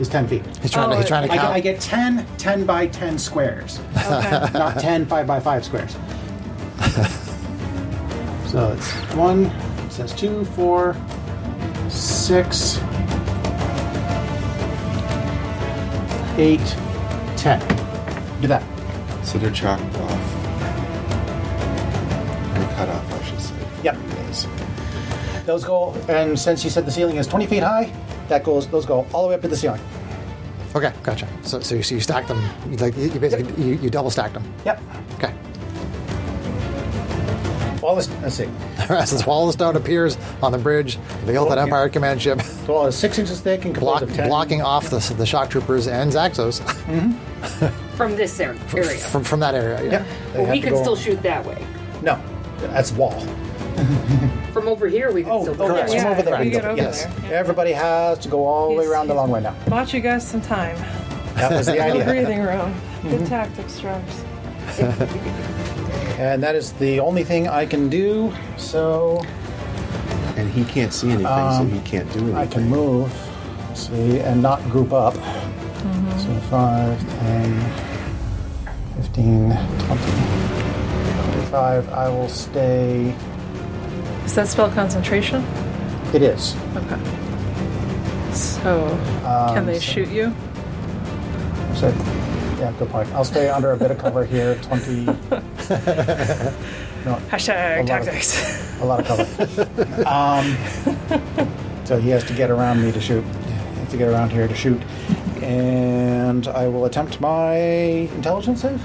is 10 feet. He's trying to. He's trying to Oh, I get, count. I get 10, 10 by 10 squares, Okay. not 10 5 by 5 squares. so it's one, it says two, four, six, eight, ten. Do that. So they're chopped off. Or cut off, I should say. Yep. Yes. Those go, and since you said the ceiling is 20 feet high, that goes. Those go all the way up to the ceiling. okay, gotcha. So, so, you, so you stack them. You, like you you basically you, you double stack them. Yep. Okay. All this. Let's see. As this wall of stone appears on the bridge, the Ilthan Okay. Empire command ship The wall is six inches thick and composed block, of ten. blocking off the, the shock troopers and Zaxos From this ar- area. from, from that area. Yeah. Yep. They Well, have we to can go- still shoot that way. No, that's wall. From over here, we can Oh, still oh, correct. yeah. From over there. We get over yes. there. Everybody has to go all the way He's- around the long way now. Bought you guys some time. That was the No idea. breathing room. Mm-hmm. Good tactics, Travis. and that is the only thing I can do. So And he can't see anything, so he can't do anything. I can move. See, and not group up. Mm-hmm. So 5, 10, 15, 20, 25. I will stay. Is that spell concentration? It is. Okay. So, Um, can they shoot you? So, yeah, good point. I'll stay under a bit of cover here. 20. no, Hashtag of- tactics. a lot of cover. Um, so he has to get around me to shoot. He has to get around here to shoot. And I will attempt my intelligence save?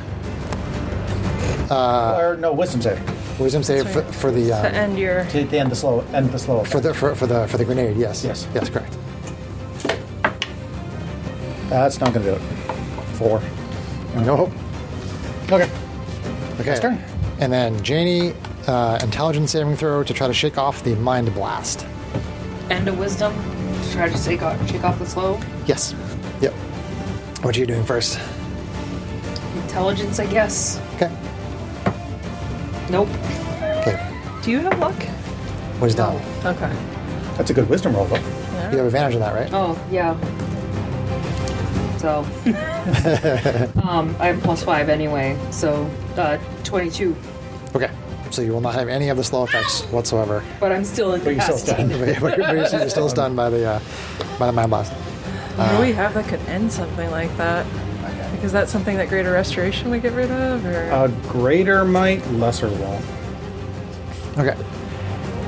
Uh, or no, wisdom save. Wisdom save for, for the to um, end your. To the end the slow end the slow. for the for, for the for the grenade. Yes. Yes. Yes. Correct. That's not gonna do it. Four. Nope. Okay. Okay. turn. And then Janie, uh, intelligence saving throw to try to shake off the mind blast. And a wisdom. to Try to take off, shake off the slow. Yes. Yep. What are you doing first? Intelligence, I guess. Okay. Nope. Okay. Do you have luck? Wisdom. Okay. That's a good wisdom roll though. You have advantage on that, right? Oh, yeah. So. um, I have plus five anyway, so uh, 22. Okay. So you will not have any of the slow effects whatsoever. But I'm still But you're still incapacitated. but but you're you're still stunned by the uh, by the mind blast. What do we have that could end something like that? Like, is that something that Greater Restoration would get rid of? Or A greater might, lesser will. Okay.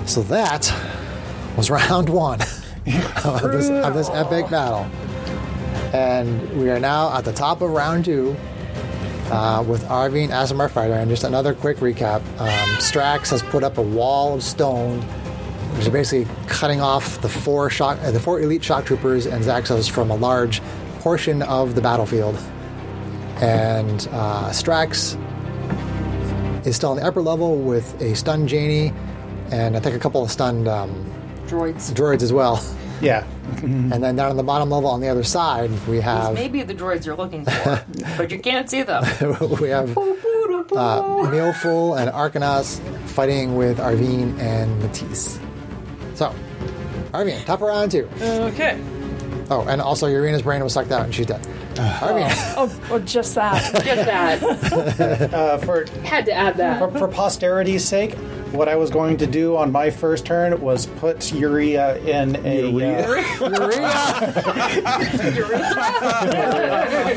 So that was round one of, this, of this epic battle. And we are now at the top of round two uh, with Arvine as our fighter. And just another quick recap um, Strax has put up a wall of stone, which is basically cutting off the four, shock, uh, the four elite shock troopers and Zaxos from a large portion of the battlefield. And uh, Strax is still on the upper level with a stunned Janie and I think a couple of stunned um, Droids. droids as well. Yeah. And then down on the bottom level on the other side, we have Maybe the droids you're looking for, but you can't see them. we have uh, Meoful and Arcanas fighting with Arvine and Matisse. So, Arvine, top of round two. okay. Oh, and also Urena's brain was sucked out and she's dead. Oh, well, just that. Get that. Uh, for Had to add for, that. for posterity's sake, what I was going to do on my first turn was put urea in a. uh, I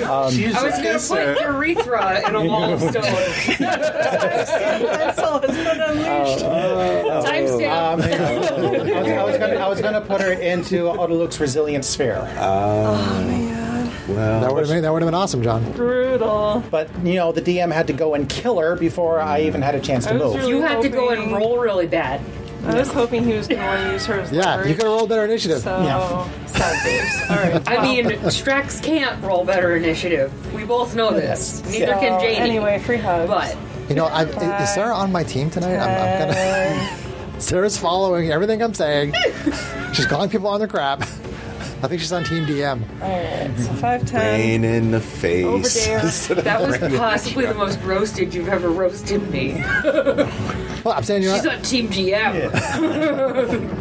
was going to put urethra in a wall of stone. Pencil has been unleashed. Timestamp. um, I was- I was gonna- I was going to put her into Autolux's resilient sphere. Well, That would have been, that would have been awesome, John. Brutal. But you know, the DM had to go and kill her before I even had a chance I to was move. really- you had to go and hoping- roll really bad. I was hoping he was going to want to use her as Yeah, leverage, you could have rolled better initiative. So, Yeah. sad babes. All right. I mean, Strax can't roll better initiative. We both know this. Neither well, can Janie. Anyway, free hugs. But You know, I, i- is Sarah on my team tonight? I'm, I'm gonna. Sarah's following everything I'm saying. she's calling people on their crap. I think she's on Team DM. Alright, so 5, 10. pain in the face. Over there. that was possibly the most roasted you've ever roasted me. Well, I'm saying you're, She's not, on Team GM.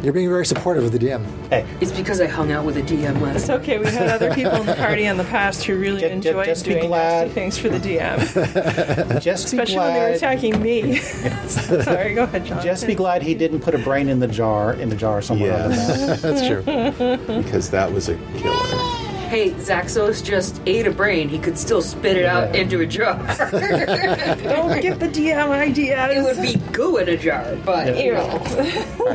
you're being very supportive of the DM. Hey, It's because I hung out with a DM last It's okay, we had other people in the party in the past who really Ju- ju- enjoyed just be doing glad. nasty things for the DM. just be Especially when they were glad. attacking me. Sorry, go ahead, John. Just be glad he didn't put a brain in the jar in the jar somewhere. on the map. Yes, That's true. because that was a killer. Hey, Zaxos just ate a brain. He could still spit it out Yeah. into a jar. it Don't give the DM ideas. would be goo in a jar, but you know,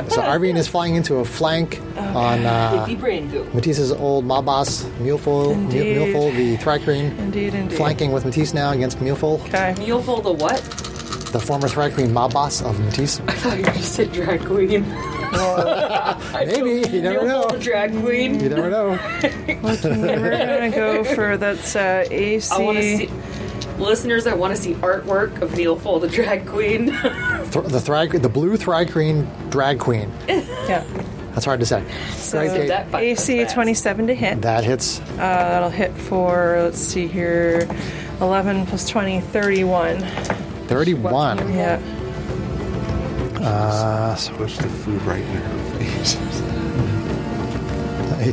So Arvine is flying into a flank Oh. on uh, it'd be brain goo. Matisse's old mob boss, Muleful, Mu- Indeed. Muleful the Thrycreen. Indeed, indeed. Flanking with Matisse now against Muleful, Okay. You'll pull the what? the former Thrycreen mob boss of Matisse. I thought you just said drag queen. Maybe, you never You'll know. pull the drag queen. You never know. We're gonna go for that's uh, AC. I want to see listeners. I want to see artwork of Neil Full, the drag queen. Th- the Thryc- the blue Thrycreen drag queen. Yeah. That's hard to say. So Great gate. that button AC fast. 27 to hit. That hits. Uh, that'll hit for, let's see here, 11 plus 20, 31. 31. Yeah. Uh, so Push the food right in her face.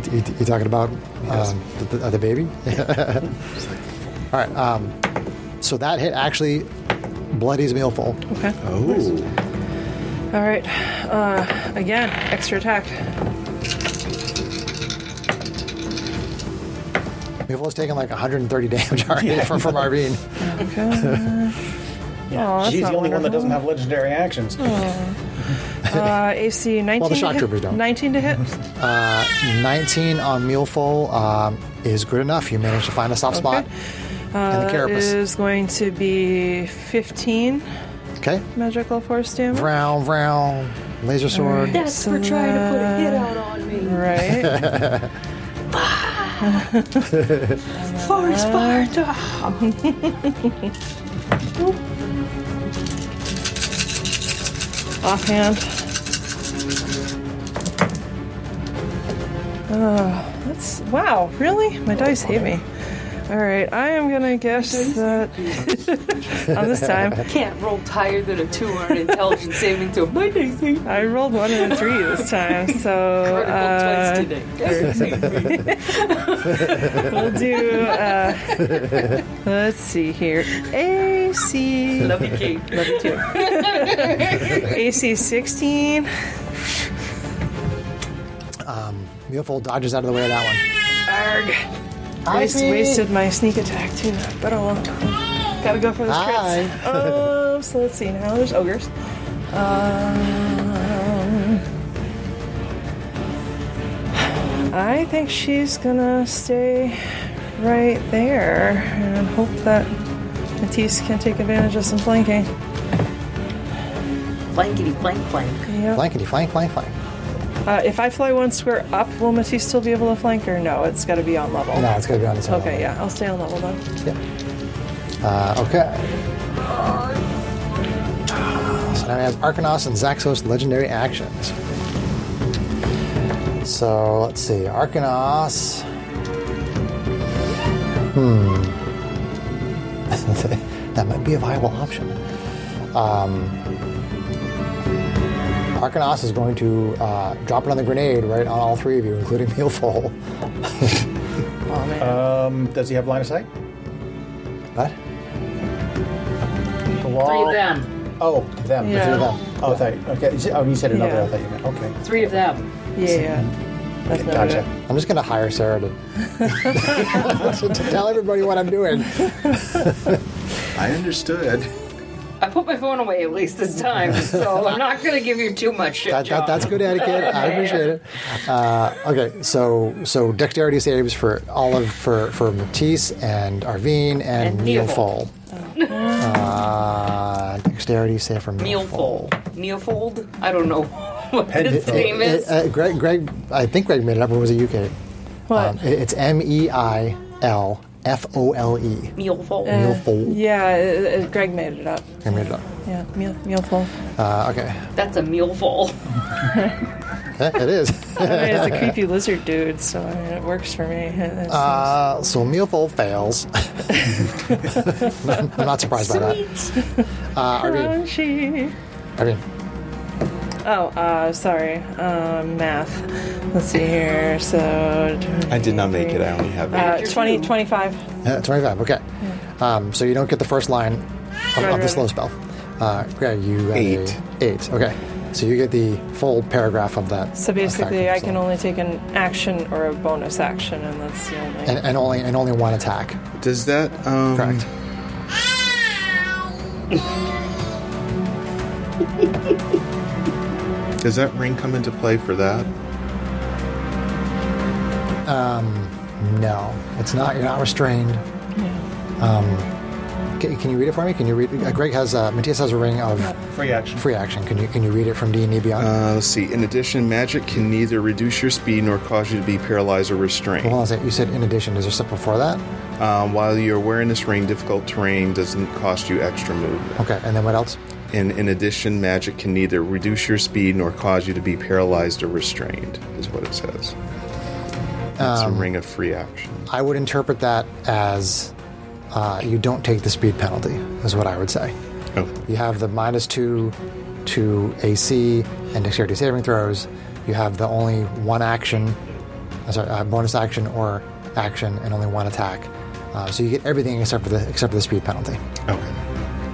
you, you, you talking about um, the, the, uh, the baby? All right. Um, so that hit actually bloodies Mealful. Okay. Oh, All right. Uh, again, extra attack. Mealful's taking like 130 damage already from, from Arvine. Okay. Yeah. Aw, Oh, that's She's the not Hmm. only one that wonderful. doesn't have legendary actions. Uh, AC 19. Well, the shock to troopers hit. don't. 19 to hit. 19 on Muleful um, is good enough. You managed to find a soft spot in the That carapace. Uh, is going to be 15 Okay. magical force damage. Round, round, laser sword. That's for trying to put a hit out on me. Right. For Sparta. offhand. Oh, that's wow! Really, my dice hate me. All right, I am gonna guess that on this time Can't roll higher than a two on an intelligence saving throw. My dice ain't I rolled one and a three this time, so critical uh, twice today. Dice ain't me. we'll do. Uh, let's see here, AC Love you, Kate. AC sixteen. Muleful dodges out of the way of that one. Arg! Hi, Waste, Pete. wasted my sneak attack too. But oh, well. gotta go for this Hi. crits. Um, so let's see now. There's ogres. Um, I think she's gonna stay right there and hope that Matisse can take advantage of some flanking. Blankety blank blank. Yep. Flankety, flank, flank, flank. Uh, if I fly one square up, will Matisse still be able to flank her? No, it's gotta be on level. No, it's going to be on its own. Okay, yeah, I'll stay on level then. Uh, okay. So now we have Arcanos and Zaxos legendary actions. So let's see, Arcanos. Hmm. that might be a viable option. Um, Arcanos is going to uh, drop another grenade right on all three of you, including Mealful. Oh, man. Uh, Um, does he have line of sight? What? The Three wall. of them. Oh, them. Yeah. The three of them. Oh, I thought. You, okay. you said- Oh, you said another. Yeah. I thought you meant. Okay. Three of them. yeah, yeah. That's not Gotcha. it. I'm just going to hire Sarah to, to tell everybody what I'm doing. I understood. I put my phone away at least this time, so I'm not going to give you too much shit. That, that, that's good etiquette. I appreciate it. Uh, okay, so so dexterity saves for all of for for Matisse and Arvine and, And Neil Fole. Neofol. Uh, dexterity save for Neil Neofold. Neofold? I don't know what his Penfold. name is. Uh, uh, Greg, Greg, I think Greg made it up, or was it you, Kate? What? Um, it- it's M E I L F O L E. Neofold. Neil Fole. Yeah, uh, uh, Greg made it up. I made it up. Yeah, meal, mealful. Uh, okay, That's a mealful. Eh, it is. I mean, it's a creepy lizard dude, so I mean, it works for me. It's- Uh, so Mealful fails. I'm not surprised by that. Uh, Arvine, Crunchy. Arvine. Oh, uh, sorry. Um, math. Let's see here. So. I did not make it. I only have Uh, it. 20, 25. Yeah, 25, okay. Um, so you don't get the first line of, Right, of the right. slow spell. Uh, Greg, you got a Eight. eight, okay. So you get the full paragraph of that. So basically, effect, I can so- only take an action or a bonus action, and that's the only. And, and only and only one attack. Uh, Does that um, Correct. Mm-hmm. Does that ring come into play for that? No, it's not. You're not restrained. Um, can, can you read it for me? Can you read? Uh, Greg has uh, Matthias has a ring of Free action. free action. Can you can you read it from D and D Beyond? Uh, let's see. In addition, magic can neither reduce your speed nor cause you to be paralyzed or restrained. Hold on a second. You said in addition. Is there stuff before that? Um, while you're wearing this ring, difficult terrain doesn't cost you extra movement. Okay, and then what else? And in addition, magic can neither reduce your speed nor cause you to be paralyzed or restrained, is what it says. It's a ring of free action. I would interpret that as uh, you don't take the speed penalty. Is what I would say. Oh, You have the minus two to AC and dexterity saving throws. You have the only one action, uh, sorry, uh, bonus action or action, and only one attack. Uh, so you get everything except for the except for the speed penalty. okay.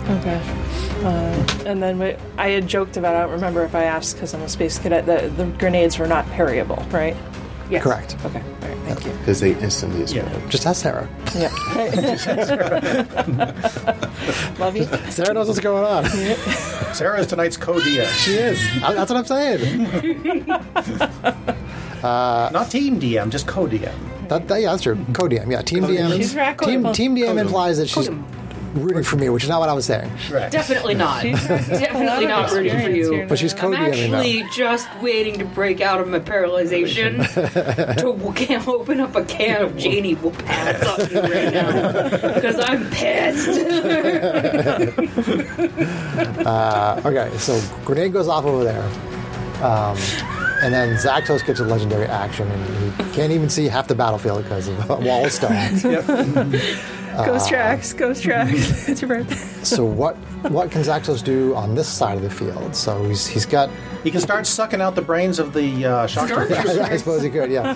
Okay. Uh, and then we, I had joked about, I don't remember if I asked because I'm a space cadet, that the grenades were not parryable, right? Yes. Correct. Okay. All right, thank you. Because they instantly explode. Just ask Sarah. Yeah. Love you. Sarah knows what's going on. Sarah is tonight's Codia. she is. I- That's what I'm saying. Not team DM, just co-DM. That, that- yeah, that's Mm-hmm. true. Co-DM. Yeah, team DM. She's racking team, them. team DM Codem. implies that she's rooting for me, which is not what I was saying. Right. Definitely not. Definitely not rooting for Experience here you. But she's now. I'm co-DMing actually just waiting to break out of my paralyzation to w- can open up a can of Janie will pass on you right now because I'm pissed. Okay, so grenade goes off over there. Um, and then Zaxos gets a legendary action, and he can't even see half the battlefield because of a wall of stone. Ghost tracks, ghost tracks. it's your birthday. so what what can Zaxos do on this side of the field? So he's he's got. He can start sucking out the brains of the uh, shock Start troopers, I suppose he could, yeah.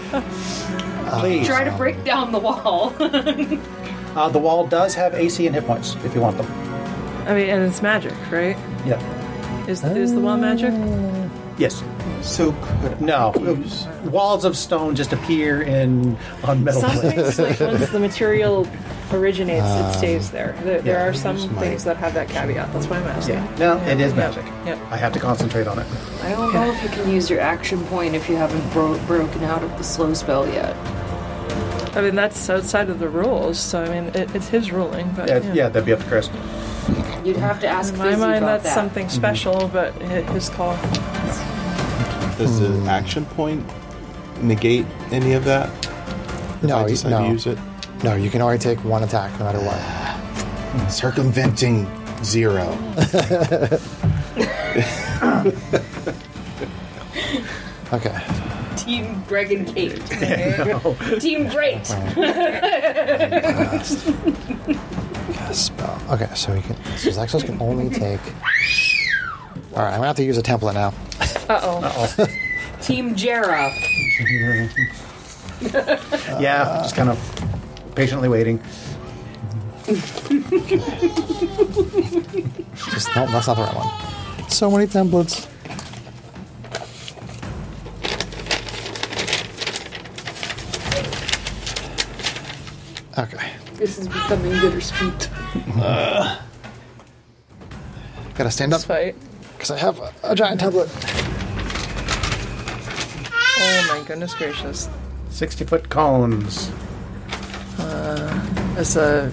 please. Try to break down the wall. Uh, the wall does have AC and hit points if you want them. I mean, and it's magic, right? Yeah. Is the, is the wall magic? Yes. So could No. Walls of stone just appear in on metal Some plates. things, like once the material originates, it stays there. There, there Uh, yeah, are some my- things that have that caveat. That's why I'm asking. Yeah. No, it is magic. Yep. I have to concentrate on it. I don't know if you can use your action point if you haven't bro- broken out of the slow spell yet. I mean, that's outside of the rules, so I mean, it, it's his ruling. But Yeah, yeah, that'd be up to Chris. You'd have to ask In my Fizzy mind, about that's that. something special, but hi- his call. Does the action point negate any of that? No, I he- decide no. to use it. No, you can already take one attack no matter what. Circumventing zero. Okay. Team Greg and Kate. Team Great. Spell. Oh, Okay, so he can. So Zaxos can only take. All right, I'm gonna have to use a template now. Uh oh. Team Jera. yeah, just kind of patiently waiting. Just no, that's not the right one. So many templates. Okay, This is becoming bittersweet. gotta stand up This fight. because I have a, a giant template. Oh my goodness gracious. 60 foot cones. It's a.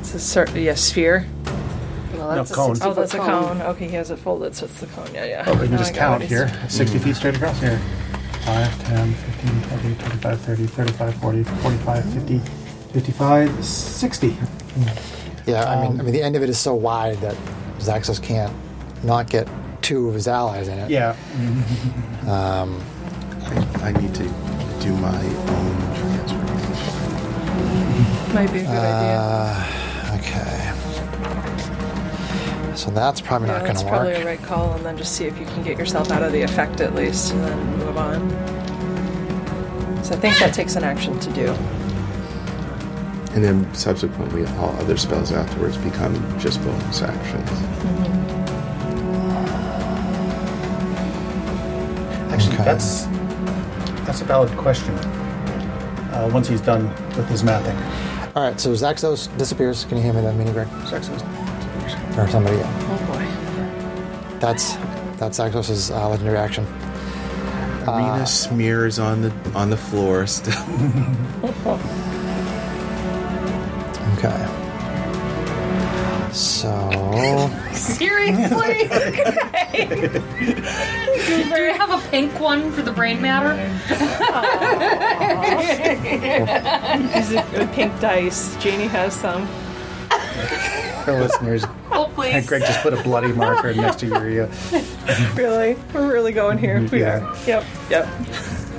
It's a certain. Yeah, sphere. Well, that's a cone. Oh, that's a cone. Okay, he has it folded, so it's the cone. Yeah, yeah. Oh, we can Now just I got count it. here. 60 feet straight across here. 5, 10, 15, 20, 25, 30, 35, 40, 45, 50, 55, 60. Yeah, I mean, I mean the end of it is so wide that Zaxos can't not get two of his allies in it. Yeah. I need to do my own transfer. Might be a good Uh, idea. Okay. So that's probably Yeah, not that's gonna probably work. a right call, and then just see if you can get yourself out of the effect at least, and then move on. So I think that takes an action to do. And then subsequently, all other spells afterwards become just bonus actions. Actually, Okay. that's that's a valid question. Uh, once he's done with his mathing. All right, so Zaxos disappears. Can you hand me that mini Greg? Sexist. Or somebody? Yeah. Oh boy. That's that's Zaxos' uh, legendary action. Arena smears on the on the floor still. Okay. So Seriously? Okay. Do you have a pink one for the brain matter? Is it the pink dice? Janie has some. For listeners, Oh, please. Greg just put a bloody marker next to your uh, Really? We're really going here. We Yeah. are. Yep. Yep.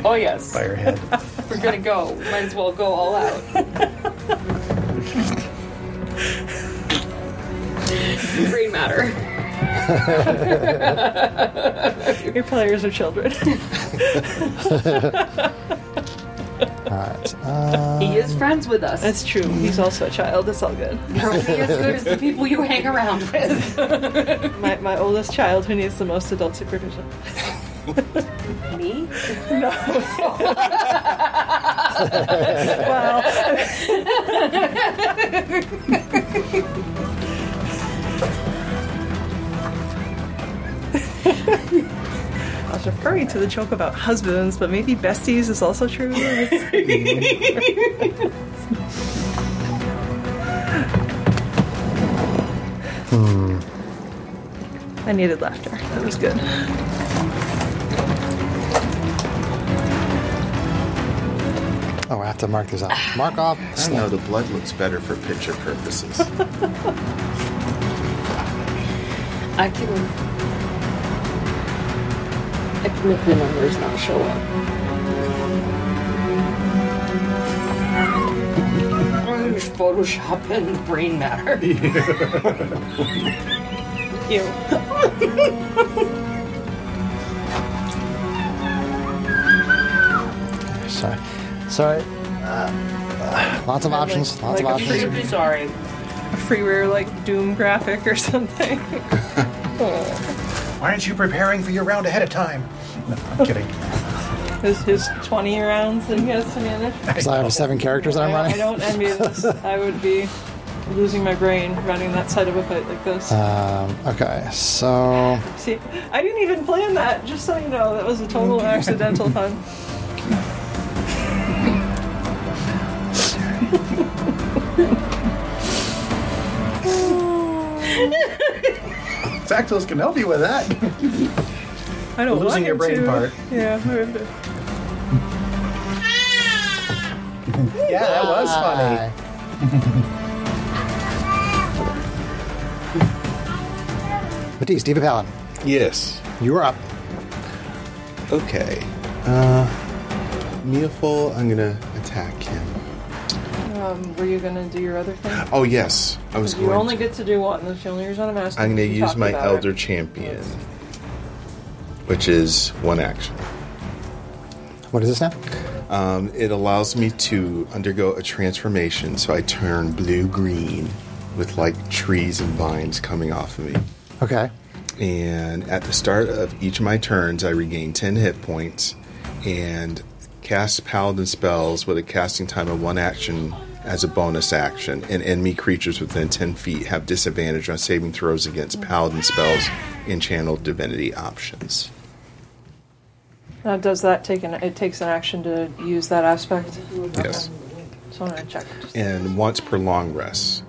Oh yes. fire head. If we're gonna go, might as well go all out. brain matter. Your players are children. all right. Uh, He is friends with us. That's true. He's also a child. It's all good. You're only as good as the people you hang around with. My, my oldest child who needs the most adult supervision. Me? Wow. I was referring to the joke about husbands, but maybe besties is also true. I needed laughter. That was good. oh, I have to mark these off. Mark off. I don't know. The blood looks better for picture purposes. I can. I can make the numbers not show up. I'm just photoshopping brain matter. You. Sorry. Sorry. Uh, lots of options. Lots of like a options. freebie. sorry. Freeware like Doom graphic or something. Why aren't you preparing for your round ahead of time? No, I'm kidding. His, his 20 rounds that he has to manage. Because I have seven characters that I'm I, I running. don't envy this. I would be losing my brain running that side of a fight like this. Um, okay, so See, I didn't even plan that, just so you know. That was a total accidental pun. Zaxos can help you with that. I don't Losing want your him brain to. part. Yeah. I would- yeah, that was funny. Hi. Matisse, Diva Paladin, yes. you are up. Okay. Uh, Neofol, I'm gonna attack him. Um, were you gonna do your other thing? Oh yes, I was You going. only to- get to do one. That's the only reason I'm asking. I'm gonna if you use talked my about Elder it. Champion. which is one action. What is this now? Um, it allows me to undergo a transformation, so I turn blue green with like trees and vines coming off of me. Okay. And at the start of each of my turns, I regain 10 hit points and cast Paladin spells with a casting time of one action as a bonus action. And enemy creatures within 10 feet have disadvantage on saving throws against Paladin spells and channeled divinity options. Now, does that take an? It takes an action to use that aspect. Yes. So I'm gonna check. And once per long rest.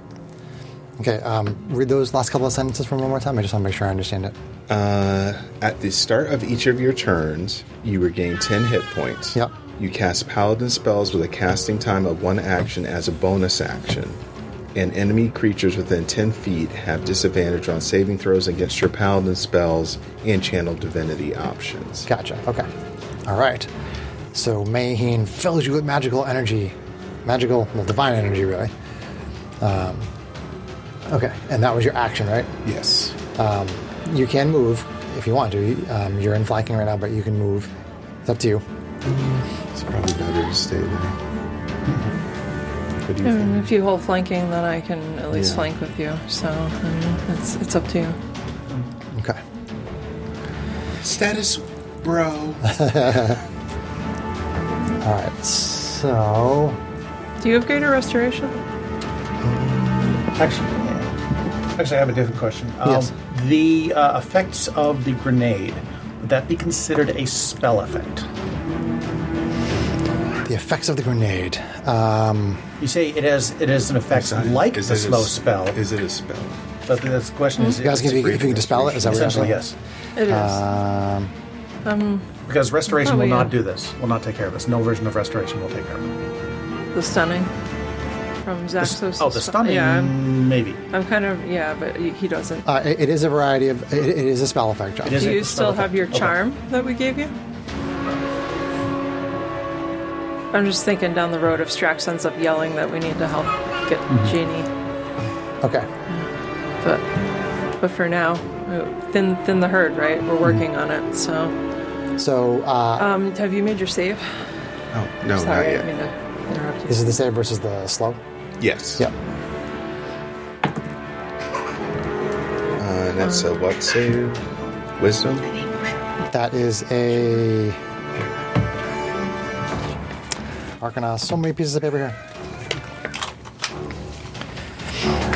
Okay. Um, read those last couple of sentences from one more time. I just want to make sure I understand it. Uh, at the start of each of your turns, you regain 10 hit points. Yep. You cast Paladin spells with a casting time of one action as a bonus action. And enemy creatures within 10 feet have disadvantage on saving throws against your Paladin spells and Channel Divinity options. Gotcha. Okay. All right. So Mayheen fills you with magical energy, magical, well, divine energy, really. Um, okay, and that was your action, right? Yes. You can move if you want to. Um, you're in flanking right now, but you can move. It's up to you. It's probably better to stay there. What do you think? If you hold flanking, then I can at least Yeah. flank with you. So um, it's it's up to you. Okay. Status, bro. All right. So Do you have greater restoration? Actually, actually, I have a different question. Um, Yes. The uh, effects of the grenade would that be considered a spell effect? the effects of the grenade. Um, You say it has it is an effect like Is the it a slow s- spell, Is it a spell? Oh, but the the question is you guys, can, if you if you can dispel it, is that what you're essentially saying? yes, It is. Um, because restoration Probably, will not yeah. do this. Will not take care of this. No version of restoration will take care of it. the stunning from The s- Zaxos. oh, the is- stunning Yeah, I'm, maybe. I'm kind of yeah, but he he doesn't. uh, it, it is a variety of. It, it is a spell effect, John. It is Do it you the spell still have your effect? Okay. charm that we gave you? I'm just thinking down the road if Strax ends up yelling that we need to help get Mm-hmm. Janie, Okay. but but for now, uh, thin thin the herd, right? Mm-hmm. We're working on it. So, So uh, um, have you made your save? Oh, no, not Sorry, I yet. didn't mean to interrupt you. this is the save versus the slow. Yes. Yep. Uh, and that's a what save? Wisdom? That is a. Arcana, so many pieces of paper here.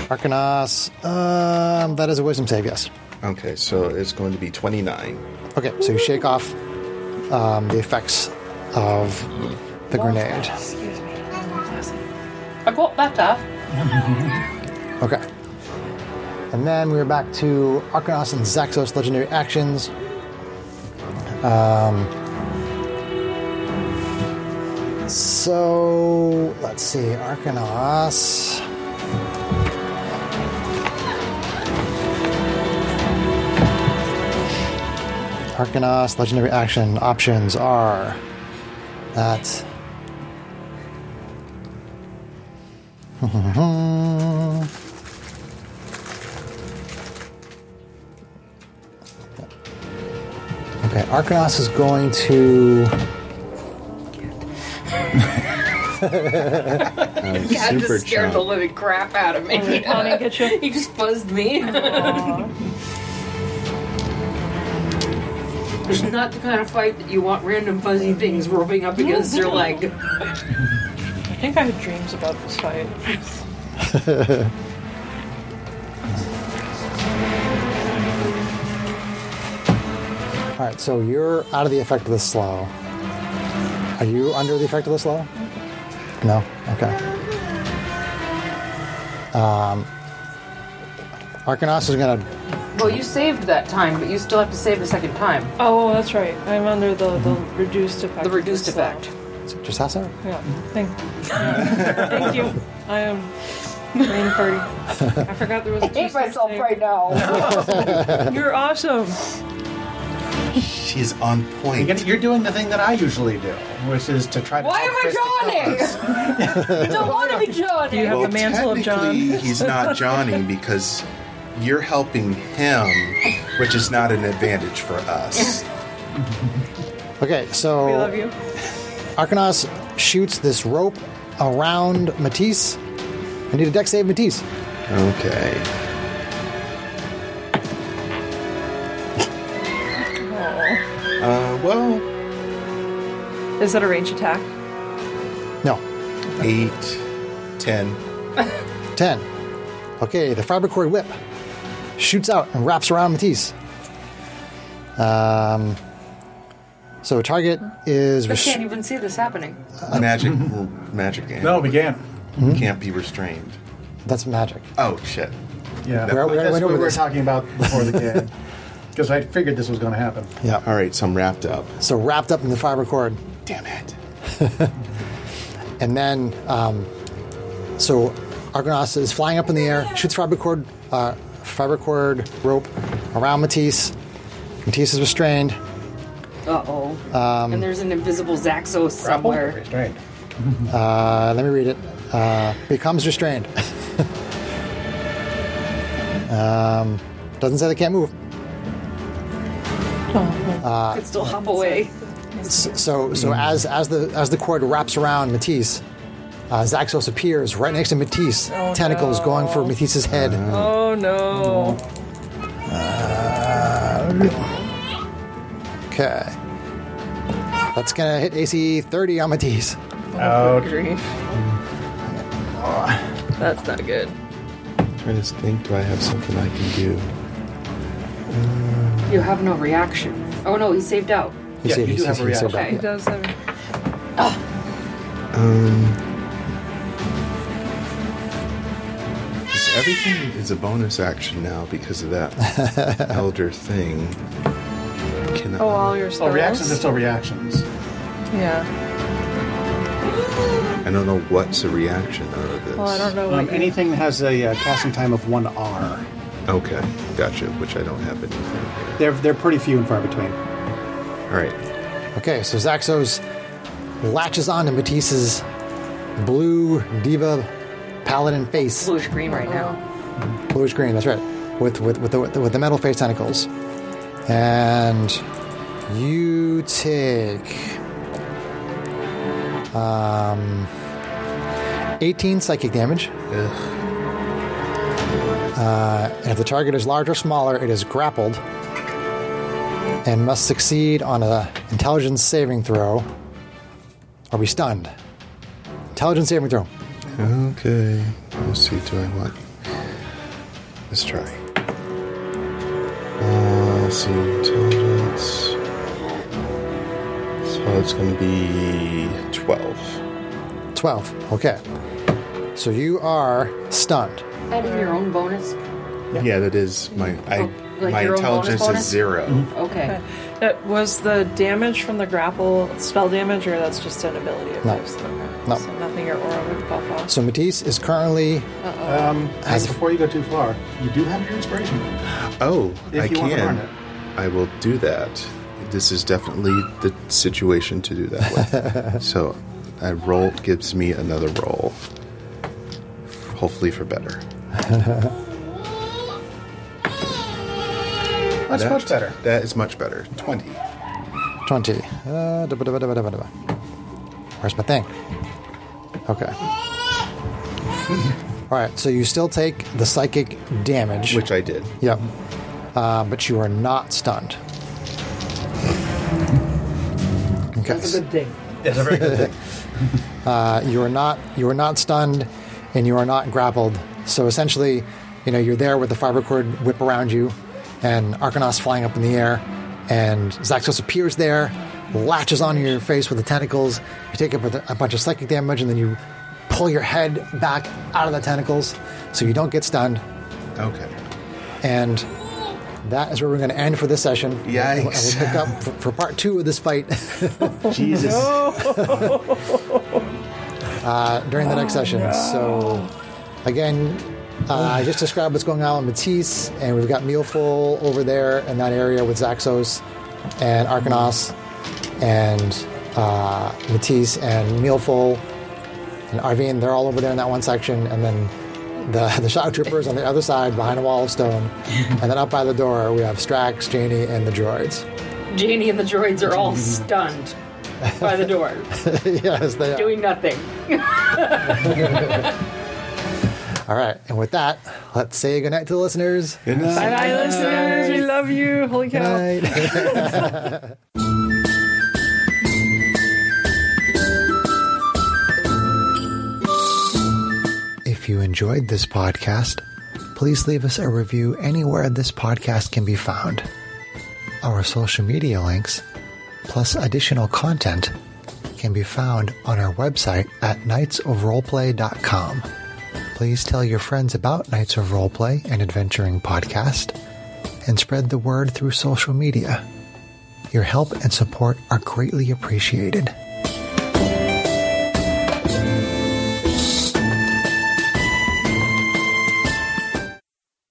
Arcanas, um, that is a wisdom save, yes. Okay, so it's going to be 29. Okay, so you shake off um, the effects of the grenade. I got better. Okay. And then we are back to Arcanos and Zaxos legendary actions. Um, so let's see, Arcanos. Arcanos legendary action options are that Okay, Arcanos is going to. I'm Yeah, it super just scared the chump. living crap out of me. get you? he just buzzed me. It's not the kind of fight that you want random fuzzy things rubbing up against your leg. I think I had dreams about this fight. All right, so you're out of the effect of the slow. Are you under the effect of the slow? No. Okay. Um, Arcanos is gonna. Well, you saved that time, but you still have to save a second time. Oh, that's right. I'm under the, the Mm-hmm. reduced effect. The of reduced this, uh, effect. Just ask her. Yeah. Thank, yeah. Thank you. I um, am brain party. I forgot there was. I hate myself right now. You're awesome. She's on You're point. gonna- You're doing the thing that I usually do, which is to try to. Why am help Chris to I focus. Johnny? Don't want to be Johnny. You have the mantle of technically, John. he's not Johnny because you're helping him, which is not an advantage for us. Okay, so We love you. Arcanos shoots this rope around Matisse. I need a deck save, Matisse. Okay. Oh. Uh, well, Is that a range attack? No, eight, ten. 10. Okay, the Fabricory Whip shoots out and wraps around Matisse. Um, so target is. I res- can't even see this happening. Magic, magic game. No, we can't. can't be restrained. that's magic. Oh shit! Yeah, We're- we're- that's what we're we over were this. talking about before the game. Because I figured this was going to happen. Yeah. All right, so I'm wrapped up. So wrapped up in the fiber cord. Damn it! And then, um, so Argonos is flying up in the air, shoots fiber cord, uh, fiber cord rope around Matisse. Matisse is restrained. Uh oh. and there's an invisible Zaxos Grapple? somewhere. Restrained. Uh, let me read it. Uh, becomes restrained. um, doesn't say they can't move. Could still hop away. So, so as as the as the cord wraps around Matisse, uh, Zaxos appears right next to Matisse, tentacles going for Matisse's head. Oh no. Okay, that's gonna hit AC thirty on Matisse. Good Oh, grief. That's not good. trying to think, do I have something I can do? You have no reaction. Oh no, he saved out. You Yeah, see- you you do see- have a you see reaction. that. He does have. Is everything is a bonus action now because of that elder thing. Can I, Oh, all your Oh, spells. reactions are still reactions. Yeah. I don't know what's a reaction out of this. Well, I don't know. Um, what you- anything that has a uh, casting time of one hour. Okay, gotcha. Which I don't have anything. They're they're pretty few and far between. All right. Okay, so Zaxos latches onto Matisse's blue diva paladin face. Bluish green right now. bluish green. That's right, with with with the, with the metal face tentacles, and you take um, eighteen psychic damage. Ugh. Uh, And if the target is large or smaller, it is grappled and must succeed on a intelligence saving throw or be stunned. Intelligence saving throw. Okay. We'll see. Do I want? Let's try. Uh, let's see. Intelligence. So it's going to be twelve. 12. Okay. So you are stunned. Adding your own bonus. Yeah, that is my. I, Oh, like my your own intelligence bonus Mm-hmm. bonus? is 0 Okay. Uh, was the damage from the grapple spell damage, or that's just an ability of No. yours? Okay. No. So nothing your aura would buff off. So Matisse is currently Um, Has- and before you go too far, you do have your inspiration. Oh, If I you can. want to learn it. I will do that. This is definitely the situation to do that with. so, I roll gives me another roll. Hopefully for better. That's That- much better. That is much better. 20. 20. Uh, da- ba- da- ba- da- ba- da- ba- da- ba. Where's my thing? Okay. All right, so you still take the psychic damage. Which I did. Yep. Uh, but you are not stunned. Okay. That's a good thing. That's a very good thing. Uh, you are not you are not stunned, and you are not grappled. So essentially, you know you're there with the fiber cord whip around you, and Arcanos flying up in the air, and Zaxos appears there, latches onto your face with the tentacles. You take up a, a bunch of psychic damage, and then you pull your head back out of the tentacles, so you don't get stunned. Okay. And that is where we're going to end for this session. Yikes. And we'll pick up for, for part two of this fight Jesus. during the next session. So, again, uh, I just described what's going on with Matisse, and we've got Mealful over there in that area with Zaxos and Arcanos and uh, Matisse and Mealful and Arvine. They're all over there in that one section, and then. The, the shock troopers on the other side behind a wall of stone, and then up by the door we have Strax, Janie, and the droids. Janie and the droids are all stunned by the door, yes, they are. doing nothing. All right, and with that, let's say goodnight to the listeners. Good night. Bye bye, listeners. We love you. Holy cow. Goodnight. If you enjoyed this podcast, please leave us a review anywhere this podcast can be found. Our social media links, plus additional content, can be found on our website at knightsofroleplay.com. Please tell your friends about Knights of Roleplay and Adventuring Podcast and spread the word through social media. Your help and support are greatly appreciated.